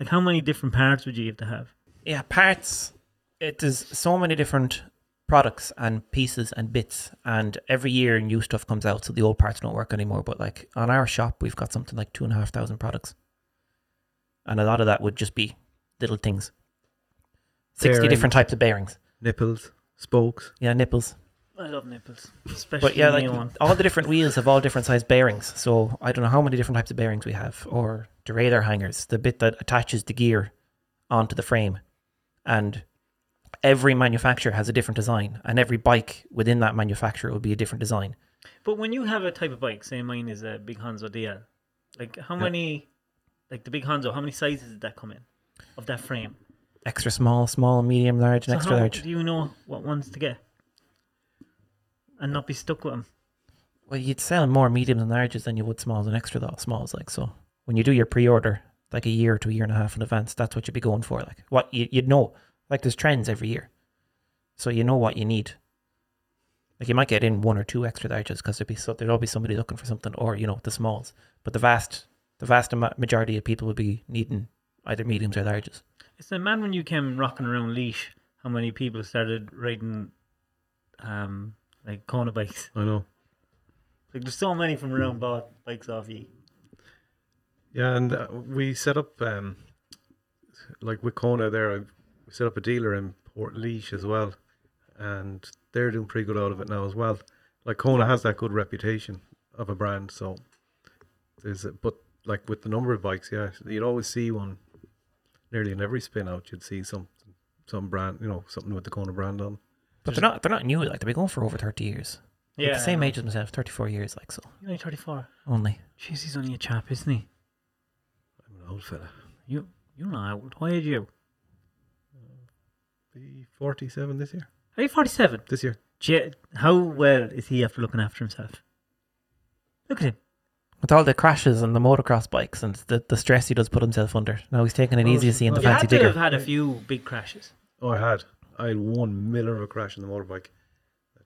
[SPEAKER 1] Like how many different parts would you have to have?
[SPEAKER 3] Yeah, parts. It is so many different products and pieces and bits, and every year new stuff comes out, so the old parts don't work anymore. But like on our shop, we've got something like two and a half thousand products, and a lot of that would just be little things. Sixty
[SPEAKER 2] Bearings.
[SPEAKER 3] different types of bearings.
[SPEAKER 2] Nipples, spokes.
[SPEAKER 3] Yeah, nipples.
[SPEAKER 1] I love nipples, especially
[SPEAKER 3] But yeah,
[SPEAKER 1] the
[SPEAKER 3] like
[SPEAKER 1] new one.
[SPEAKER 3] all the different wheels have all different size bearings. So I don't know how many different types of bearings we have, or derailleur hangers, the bit that attaches the gear onto the frame. And every manufacturer has a different design, and every bike within that manufacturer will be a different design.
[SPEAKER 1] But when you have a type of bike, say mine is a big Hanzo DL, like how many, like the big Hanzo, how many sizes did that come in of that frame?
[SPEAKER 3] Extra small, small, medium, large, and
[SPEAKER 1] So
[SPEAKER 3] extra
[SPEAKER 1] how
[SPEAKER 3] large.
[SPEAKER 1] Do you know what ones to get? And not be stuck with them.
[SPEAKER 3] Well, you'd sell more mediums and larges than you would smalls and extra lar- smalls. Like so, when you do your pre-order, like a year to a year and a half in advance, that's what you'd be going for. Like what you, you'd know. Like there's trends every year, so you know what you need. Like you might get in one or two extra larges because there'd be so there'd always be somebody looking for something, or you know the smalls. But the vast, the vast ama- majority of people would be needing either mediums or larges.
[SPEAKER 1] It's a man when you came rocking around leash. How many people started riding, um, like corner bikes?
[SPEAKER 2] I know.
[SPEAKER 1] Like there's so many from
[SPEAKER 3] Hmm.
[SPEAKER 1] around bought bikes off ye.
[SPEAKER 2] Yeah, and uh, we set up um, like with Kona there. I we set up a dealer in Port Leash as well, and they're doing pretty good out of it now as well. Like Kona has that good reputation of a brand, so there's a, but like with the number of bikes, yeah, you'd always see one. Nearly in every spin out, you'd see some some brand, you know, something with the Kona brand on.
[SPEAKER 3] But they're not they're not new. Like they've been going for over thirty years. Like, the same age as myself, thirty four years. Like so,
[SPEAKER 1] You're only 34.
[SPEAKER 3] only.
[SPEAKER 1] Jeez, he's only a chap, isn't he?
[SPEAKER 2] I'm an old fella.
[SPEAKER 1] You, you're not old. Why are you?
[SPEAKER 2] Be 47 this year.
[SPEAKER 1] Are you 47?
[SPEAKER 2] This year.
[SPEAKER 1] Je- how well is he after looking after himself? Look at him.
[SPEAKER 3] With all the crashes and the motocross bikes and the, the stress he does put himself under. Now he's taking it
[SPEAKER 2] Oh,
[SPEAKER 3] easy to see in the
[SPEAKER 2] oh,
[SPEAKER 1] you
[SPEAKER 3] fancy
[SPEAKER 1] had to have
[SPEAKER 3] digger.
[SPEAKER 1] had a few big crashes.
[SPEAKER 2] Oh, I had. I had one miller of a crash on the motorbike.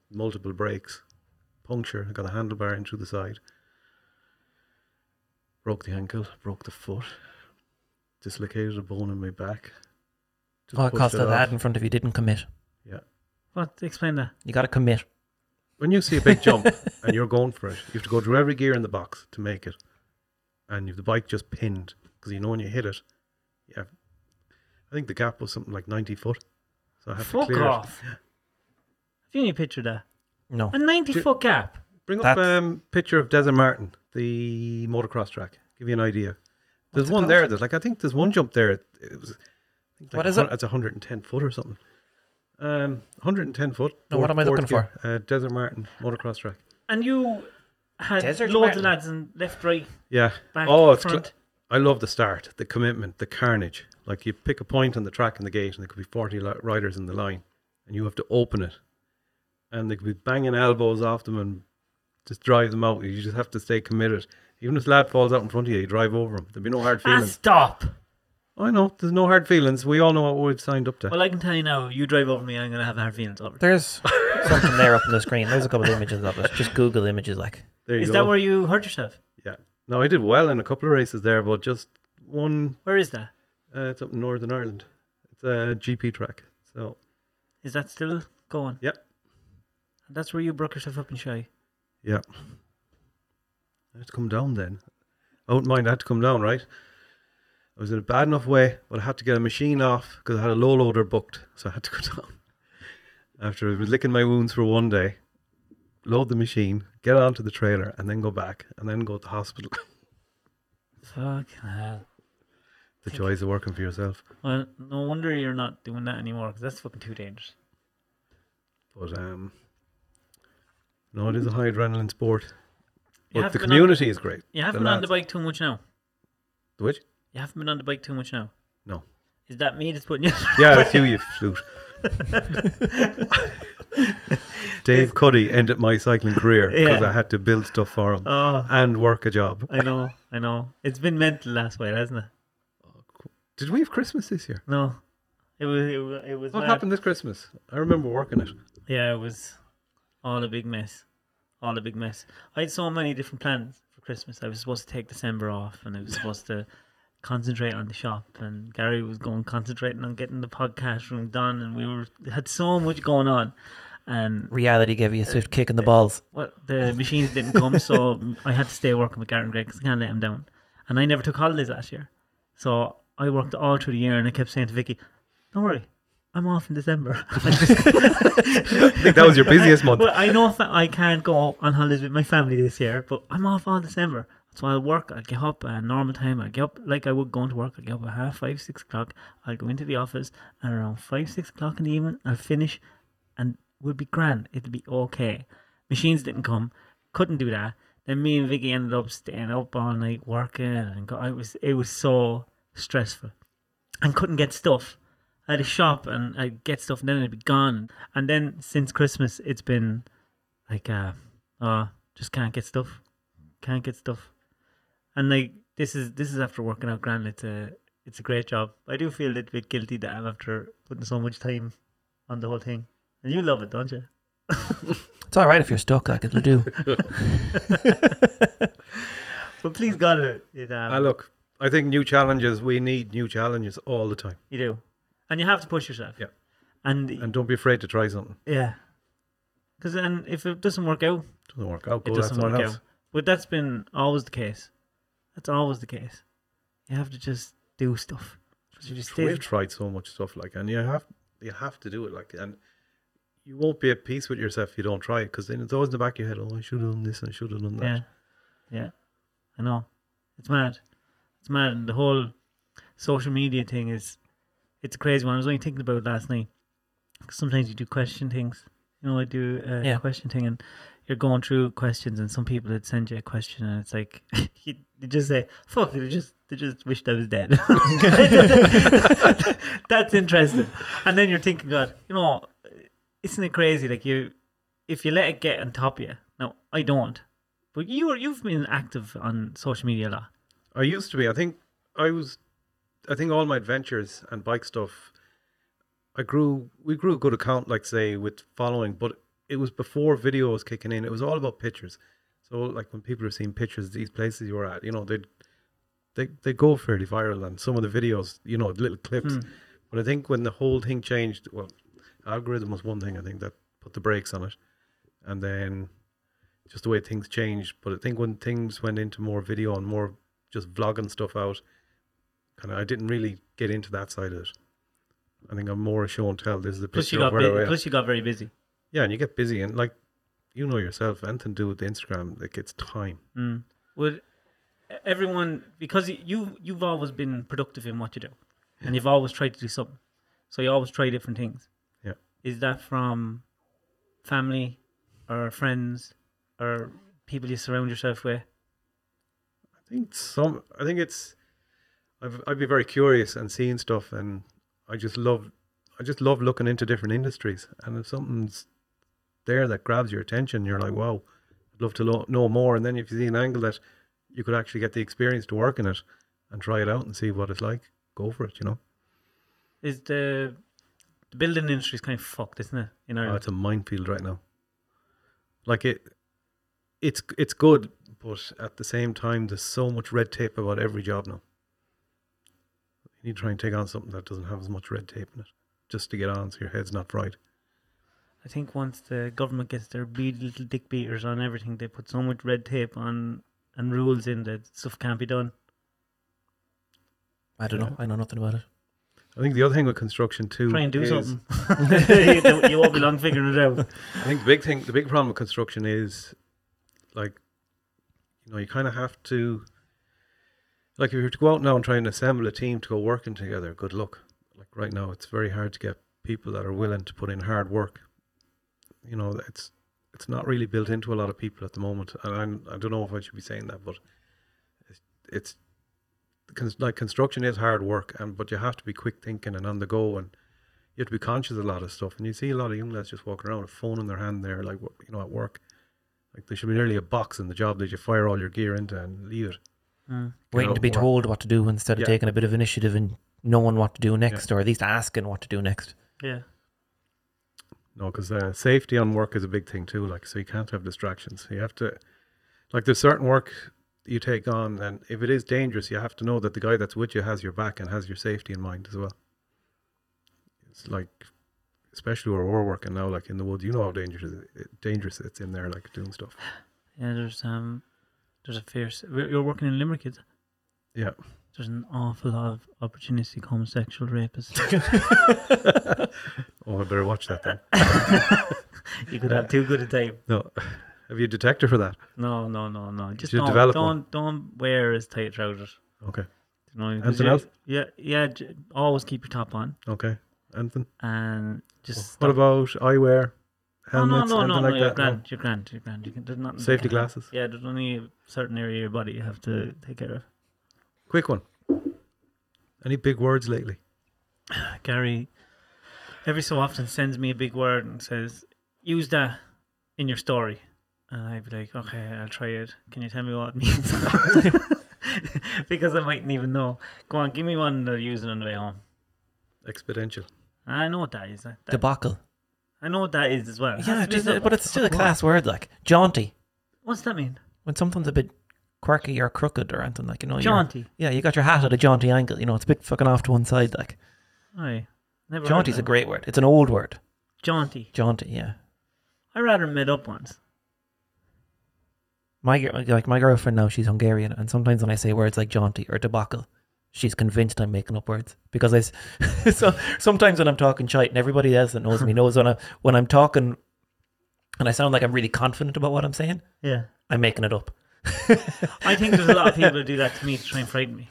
[SPEAKER 2] Multiple brakes, puncture. I got a handlebar in through the side. Broke the ankle, broke the foot, dislocated a bone in my back. Just
[SPEAKER 3] Oh, it
[SPEAKER 2] pushed
[SPEAKER 3] cost a
[SPEAKER 2] off.
[SPEAKER 3] lad in front of you didn't commit.
[SPEAKER 2] Yeah.
[SPEAKER 1] What? Explain that.
[SPEAKER 3] You got to commit.
[SPEAKER 2] When you see a big jump and you're going for it, you have to go through every gear in the box to make it. And you have the bike just pinned because you know when you hit it, yeah. I think the gap was something like 90 foot. So I have to
[SPEAKER 1] Fuck
[SPEAKER 2] clear it.
[SPEAKER 1] off. Have you any picture of that?
[SPEAKER 3] No.
[SPEAKER 1] A 90
[SPEAKER 2] Do-
[SPEAKER 1] foot gap.
[SPEAKER 2] Bring up
[SPEAKER 3] That's-
[SPEAKER 2] um, picture of Desert Martin, the motocross track. Give you an idea. There's
[SPEAKER 3] What's it
[SPEAKER 2] one
[SPEAKER 3] called?
[SPEAKER 2] there. There's like I think there's one jump there. It, it was, I think, like
[SPEAKER 3] What is
[SPEAKER 2] a hun-
[SPEAKER 3] it?
[SPEAKER 2] It's 110 foot or something. Um, 110 foot.
[SPEAKER 3] No, what
[SPEAKER 2] fourth-
[SPEAKER 3] am I
[SPEAKER 2] fourth
[SPEAKER 3] looking
[SPEAKER 2] gear, Uh, Desert Martin motocross track.
[SPEAKER 1] And you had
[SPEAKER 3] Desert
[SPEAKER 1] loads
[SPEAKER 3] Martin.
[SPEAKER 1] of lads in left, right,
[SPEAKER 2] Yeah.
[SPEAKER 1] back,
[SPEAKER 2] oh, it's. cla-
[SPEAKER 1] front.
[SPEAKER 2] I love the start, the commitment, the carnage. Like you pick a point on the track and the gate, and there could be 40 li- riders in the line, and you have to open it. And they could be banging elbows off them and just drive them out. You just have to stay committed. Even if lad falls out in front of you, you drive over him. There'll be no hard
[SPEAKER 1] ah,
[SPEAKER 2] feelings.
[SPEAKER 1] stop.
[SPEAKER 2] I know, there's no hard feelings. We all know what we've signed up to.
[SPEAKER 1] Well, I can tell you now, you drive over me, I'm going to have hard feelings over it.
[SPEAKER 3] There's something there up on the screen. There's a couple of images of it. Just Google images like.
[SPEAKER 2] there you
[SPEAKER 1] Is
[SPEAKER 2] go.
[SPEAKER 1] that where you hurt yourself?
[SPEAKER 2] yeah. No, I did well in a couple of races there, but just one,
[SPEAKER 1] Where is that?
[SPEAKER 2] uh, it's up in Northern Ireland. It's a GP track. So,
[SPEAKER 1] Is that still going?
[SPEAKER 2] Yep.
[SPEAKER 1] And that's where you broke yourself up and shy.
[SPEAKER 2] Yeah. I had to come down then. I wouldn't mind, I had to come down, right? I was in a bad enough way, but I had to get a machine off because I had a low loader booked, so I had to go down. After I was licking my wounds for one day, load the machine, get onto the trailer, and then go back, and then go to hospital.
[SPEAKER 1] Fuck hell.
[SPEAKER 2] the joys of working for yourself.
[SPEAKER 1] Well, no wonder you're not doing that anymore because that's fucking too dangerous.
[SPEAKER 2] But, um, no, it is a high adrenaline sport.
[SPEAKER 1] You
[SPEAKER 2] But
[SPEAKER 1] have
[SPEAKER 2] the
[SPEAKER 1] been on-
[SPEAKER 2] community is great.
[SPEAKER 1] You haven't
[SPEAKER 2] The
[SPEAKER 1] been on the
[SPEAKER 2] lads-
[SPEAKER 1] bike too much now.
[SPEAKER 2] The Which?
[SPEAKER 1] You haven't been on the bike too much now.
[SPEAKER 2] No.
[SPEAKER 1] Is that me that's putting you?
[SPEAKER 2] Yeah, it's you, you flute. Dave Cuddy ended my cycling career because
[SPEAKER 1] Yeah.
[SPEAKER 2] I had to build stuff for him
[SPEAKER 1] oh,
[SPEAKER 2] and work a job.
[SPEAKER 1] I know, I know. It's been mental last while, hasn't it?
[SPEAKER 2] Did we have Christmas this year?
[SPEAKER 1] No, it was. It was. It was
[SPEAKER 2] What
[SPEAKER 1] mad.
[SPEAKER 2] happened this Christmas? I remember working it.
[SPEAKER 1] Yeah, it was all a big mess. All a big mess. I had so many different plans for for Christmas. I was supposed to take December off, and I was supposed to concentrate on the shop. And Gary was going concentrating on getting the podcast room done, and we were had so much going on. And
[SPEAKER 3] Reality gave you a swift kick in the balls.
[SPEAKER 1] well, the machines didn't come, so I had to stay working with Gary and Greg 'cause I can't let him down. And I never took holidays last year, so I worked all through the year, and I kept saying to Vicky, "Don't worry." I'm off in December.
[SPEAKER 2] I think that was your busiest month.
[SPEAKER 1] Well, I know fa- I can't go on holidays with my family this year, but I'm off all December. So I'll work, I'll get up at normal time, I'll get up like I would go into work, I'll get up at half five, six o'clock, I'll go into the office, and around five, six o'clock in the evening, I'll finish, and we'll be grand, it'll be okay. Machines didn't come, couldn't do that. Then me and Vicky ended up staying up all night working, and go, I was it was so stressful, and couldn't get stuff. I had a shop and I get stuff and then it'd be gone. And then since Christmas, it's been like, uh, uh, just can't get stuff, can't get stuff. And like this is this is after working out grand. It's a it's a great job. I do feel a little bit guilty that I'm after putting so much time on the whole thing. And you love it, don't you?
[SPEAKER 3] It's all right if you're stuck, like it'll do.
[SPEAKER 1] But please God, it, it um,
[SPEAKER 2] Ah, look, I think new challenges. We need new challenges all the time,
[SPEAKER 1] you do, and you have to push yourself.
[SPEAKER 2] Yeah.
[SPEAKER 1] And,
[SPEAKER 2] and don't be afraid to try something.
[SPEAKER 1] yeah, because then if it doesn't work out,
[SPEAKER 2] Doesn't work out. Go
[SPEAKER 1] it
[SPEAKER 2] at
[SPEAKER 1] doesn't
[SPEAKER 2] someone
[SPEAKER 1] work
[SPEAKER 2] else.
[SPEAKER 1] out. But that's been always the case. That's always the case. You have to just do stuff. You just
[SPEAKER 2] We've
[SPEAKER 1] did.
[SPEAKER 2] tried so much stuff, like, and you have you have to do it, like, and you won't be at peace with yourself if you don't try it, because then it's always in the back of your head. Oh, I should have done this, I should have done that.
[SPEAKER 1] Yeah, yeah. I know. It's mad. It's mad. And the whole social media thing is, it's a crazy one. I was only thinking about it last night. 'Cause sometimes you do question things. You know, I do a
[SPEAKER 3] Yeah.
[SPEAKER 1] question thing, and you're going through questions, and some people would send you a question, and it's like you, you just say, "Fuck," they just they just wished I was dead. That's interesting. And then you're thinking, God, you know, isn't it crazy? Like you, if you let it get on top of you. Now I don't, but you are you've been active on social media a lot.
[SPEAKER 2] I used to be. I think I was. I think all my adventures and bike stuff. I grew. We grew a good account, like say, with following, but it was before video was kicking in. It was all about pictures. So, like when people are seeing pictures, of these places you were at, you know, they they they go fairly viral, and some of the videos, you know, little clips.
[SPEAKER 1] Hmm.
[SPEAKER 2] But I think when the whole thing changed, well, algorithm was one thing. I think that put the brakes on it, and then just the way things changed. But I think when things went into more video and more just vlogging stuff out, kind of I didn't really get into that side of it. I think I'm more a show and tell. This is the
[SPEAKER 1] Plus
[SPEAKER 2] picture
[SPEAKER 1] you got
[SPEAKER 2] of where I
[SPEAKER 1] bu-
[SPEAKER 2] am.
[SPEAKER 1] plus you got very busy.
[SPEAKER 2] Yeah, and you get busy and like you know yourself, anything to do with Instagram, like it's time.
[SPEAKER 1] Mm. Would everyone because you you've always been productive in what you do, and you've always tried to do something, so you always try different things.
[SPEAKER 2] Yeah.
[SPEAKER 1] Is that from family, or friends, or people you surround yourself with?
[SPEAKER 2] I think some. I think it's. I've, I'd be very curious and seeing stuff, and I just love. I just love looking into different industries, and if something's there that grabs your attention, you're like, "Wow, I'd love to lo- know more." And then if you see an angle that you could actually get the experience to work in it and try it out and see what it's like, go for it. You know,
[SPEAKER 1] Is the the building industry is kind of fucked, isn't it? In
[SPEAKER 2] oh,
[SPEAKER 1] Ireland,
[SPEAKER 2] it's a minefield right now. Like it, it's it's good, but at the same time, there's so much red tape about every job now. You need to try and take on something that doesn't have as much red tape in it, just to get on, so your head's not fried.
[SPEAKER 1] I think once the government gets their be- little dick beaters on everything, they put so much red tape on and rules in that stuff can't be done.
[SPEAKER 3] I don't know. I know nothing about it.
[SPEAKER 2] I think the other thing with construction too.
[SPEAKER 1] Try and do
[SPEAKER 2] is-
[SPEAKER 1] something. you, you won't be long figuring it out.
[SPEAKER 2] I think the big thing, the big problem with construction is, like, you know, you kind of have to, like, if you were to go out now and try and assemble a team to go working together, good luck. Like right now, it's very hard to get people that are willing to put in hard work. You know, it's it's not really built into a lot of people at the moment, and I'm, I don't know if I should be saying that, but it's, it's cons- like construction is hard work, and but you have to be quick thinking and on the go and you have to be conscious of a lot of stuff. And you see a lot of young lads just walking around with a phone in their hand there, like, wo- you know, at work. Like, there should be nearly a box in the job that you fire all your gear into and leave it.
[SPEAKER 1] Mm.
[SPEAKER 3] Waiting
[SPEAKER 2] know,
[SPEAKER 3] to be
[SPEAKER 2] work.
[SPEAKER 3] told what to do instead of
[SPEAKER 2] Yeah.
[SPEAKER 3] taking a bit of initiative and knowing what to do next, or at least asking what to do next.
[SPEAKER 1] Yeah.
[SPEAKER 2] No, because uh, safety on work is a big thing too. Like, so you can't have distractions. You have to, like, there's certain work you take on. And if it is dangerous, you have to know that the guy that's with you has your back and has your safety in mind as well. It's like, especially where we're working now, like in the woods, you know how dangerous it, dangerous it's in there, like doing stuff.
[SPEAKER 1] Yeah, there's um, there's a fierce. we- You're working in Limerick, kids.
[SPEAKER 2] Yeah.
[SPEAKER 1] There's an awful lot of opportunistic homosexual rapists.
[SPEAKER 2] Oh, I better watch that then.
[SPEAKER 1] you could have too good a time.
[SPEAKER 2] No, have you a detector for that?
[SPEAKER 1] No, no, no, no. Just
[SPEAKER 2] should
[SPEAKER 1] don't,
[SPEAKER 2] develop
[SPEAKER 1] don't,
[SPEAKER 2] one.
[SPEAKER 1] don't wear as tight trousers.
[SPEAKER 2] Okay,
[SPEAKER 1] You know, 'cause
[SPEAKER 2] Anything
[SPEAKER 1] you-
[SPEAKER 2] else?
[SPEAKER 1] Yeah, yeah. j- Always keep your top on
[SPEAKER 2] okay. Anything?
[SPEAKER 1] and just.
[SPEAKER 2] What
[SPEAKER 1] stop- Oh,
[SPEAKER 2] about eyewear?
[SPEAKER 1] No, no,
[SPEAKER 2] Helmets,
[SPEAKER 1] no, no,
[SPEAKER 2] anything
[SPEAKER 1] no.
[SPEAKER 2] like
[SPEAKER 1] You're
[SPEAKER 2] that? No?
[SPEAKER 1] grand. You're grand. You're grand. You can, there's nothing.
[SPEAKER 2] Safety glasses.
[SPEAKER 1] Yeah, there's only a certain area of your body you have to take care of.
[SPEAKER 2] Quick one. Any big words lately?
[SPEAKER 1] Uh, Gary every so often sends me a big word and says, use that in your story. And I'd be like, okay, I'll try it. Can you tell me what it means? because I mightn't even know. Go on, give me one that I'll use it on the way home.
[SPEAKER 2] Exponential.
[SPEAKER 1] I know what that is. That, that-
[SPEAKER 3] Debacle.
[SPEAKER 1] I know what that is as well.
[SPEAKER 3] Yeah,
[SPEAKER 1] That's-
[SPEAKER 3] it is,
[SPEAKER 1] that's-
[SPEAKER 3] but it's still a class word, like jaunty.
[SPEAKER 1] What's that mean?
[SPEAKER 3] When something's a bit quirky or crooked or anything, like, you know. you're-
[SPEAKER 1] Jaunty.
[SPEAKER 3] Yeah, you got your hat at a jaunty angle. You know, it's a bit fucking off to one side. Like,
[SPEAKER 1] Aye. Never heard
[SPEAKER 3] jaunty's a
[SPEAKER 1] that.
[SPEAKER 3] great word. It's an old word.
[SPEAKER 1] Jaunty.
[SPEAKER 3] Jaunty, yeah.
[SPEAKER 1] I rather made up ones.
[SPEAKER 3] My gir- like my girlfriend now, she's Hungarian, and sometimes when I say words like jaunty or debacle, she's convinced I'm making up words because I. s- so sometimes when I'm talking shite, and everybody else that knows me knows when I when I'm talking, and I sound like I'm really confident about what I'm saying,
[SPEAKER 1] Yeah.
[SPEAKER 3] I'm making it up.
[SPEAKER 1] I think there's a lot of people who do that to me to try and frighten me.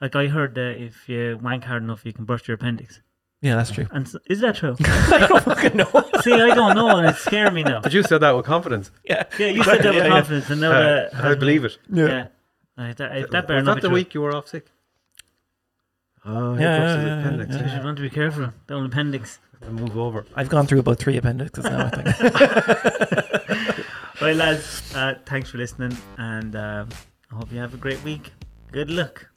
[SPEAKER 1] Like I heard that if you wank hard enough, you can burst your appendix.
[SPEAKER 3] Yeah, that's true.
[SPEAKER 1] And s is that true?
[SPEAKER 3] I don't fucking know.
[SPEAKER 1] See, I don't know, and it scared me now.
[SPEAKER 2] But you said that with confidence.
[SPEAKER 3] yeah,
[SPEAKER 1] Yeah, you said that
[SPEAKER 3] Yeah,
[SPEAKER 1] with
[SPEAKER 3] yeah.
[SPEAKER 1] confidence, and now
[SPEAKER 2] Uh,
[SPEAKER 1] that
[SPEAKER 2] I believe it.
[SPEAKER 1] Yeah, I, that, I, that better
[SPEAKER 2] Was
[SPEAKER 1] not
[SPEAKER 2] that
[SPEAKER 1] be
[SPEAKER 2] the
[SPEAKER 1] true.
[SPEAKER 2] week you were off sick? Oh,
[SPEAKER 3] Yeah,
[SPEAKER 2] yeah,
[SPEAKER 3] yeah, yeah,
[SPEAKER 2] appendix.
[SPEAKER 3] yeah,
[SPEAKER 1] You should want to be careful. The old appendix.
[SPEAKER 2] I move over.
[SPEAKER 3] I've gone through about three appendixes now. I think.
[SPEAKER 1] uh, Right, lads. Uh, thanks for listening, and um, I hope you have a great week. Good luck.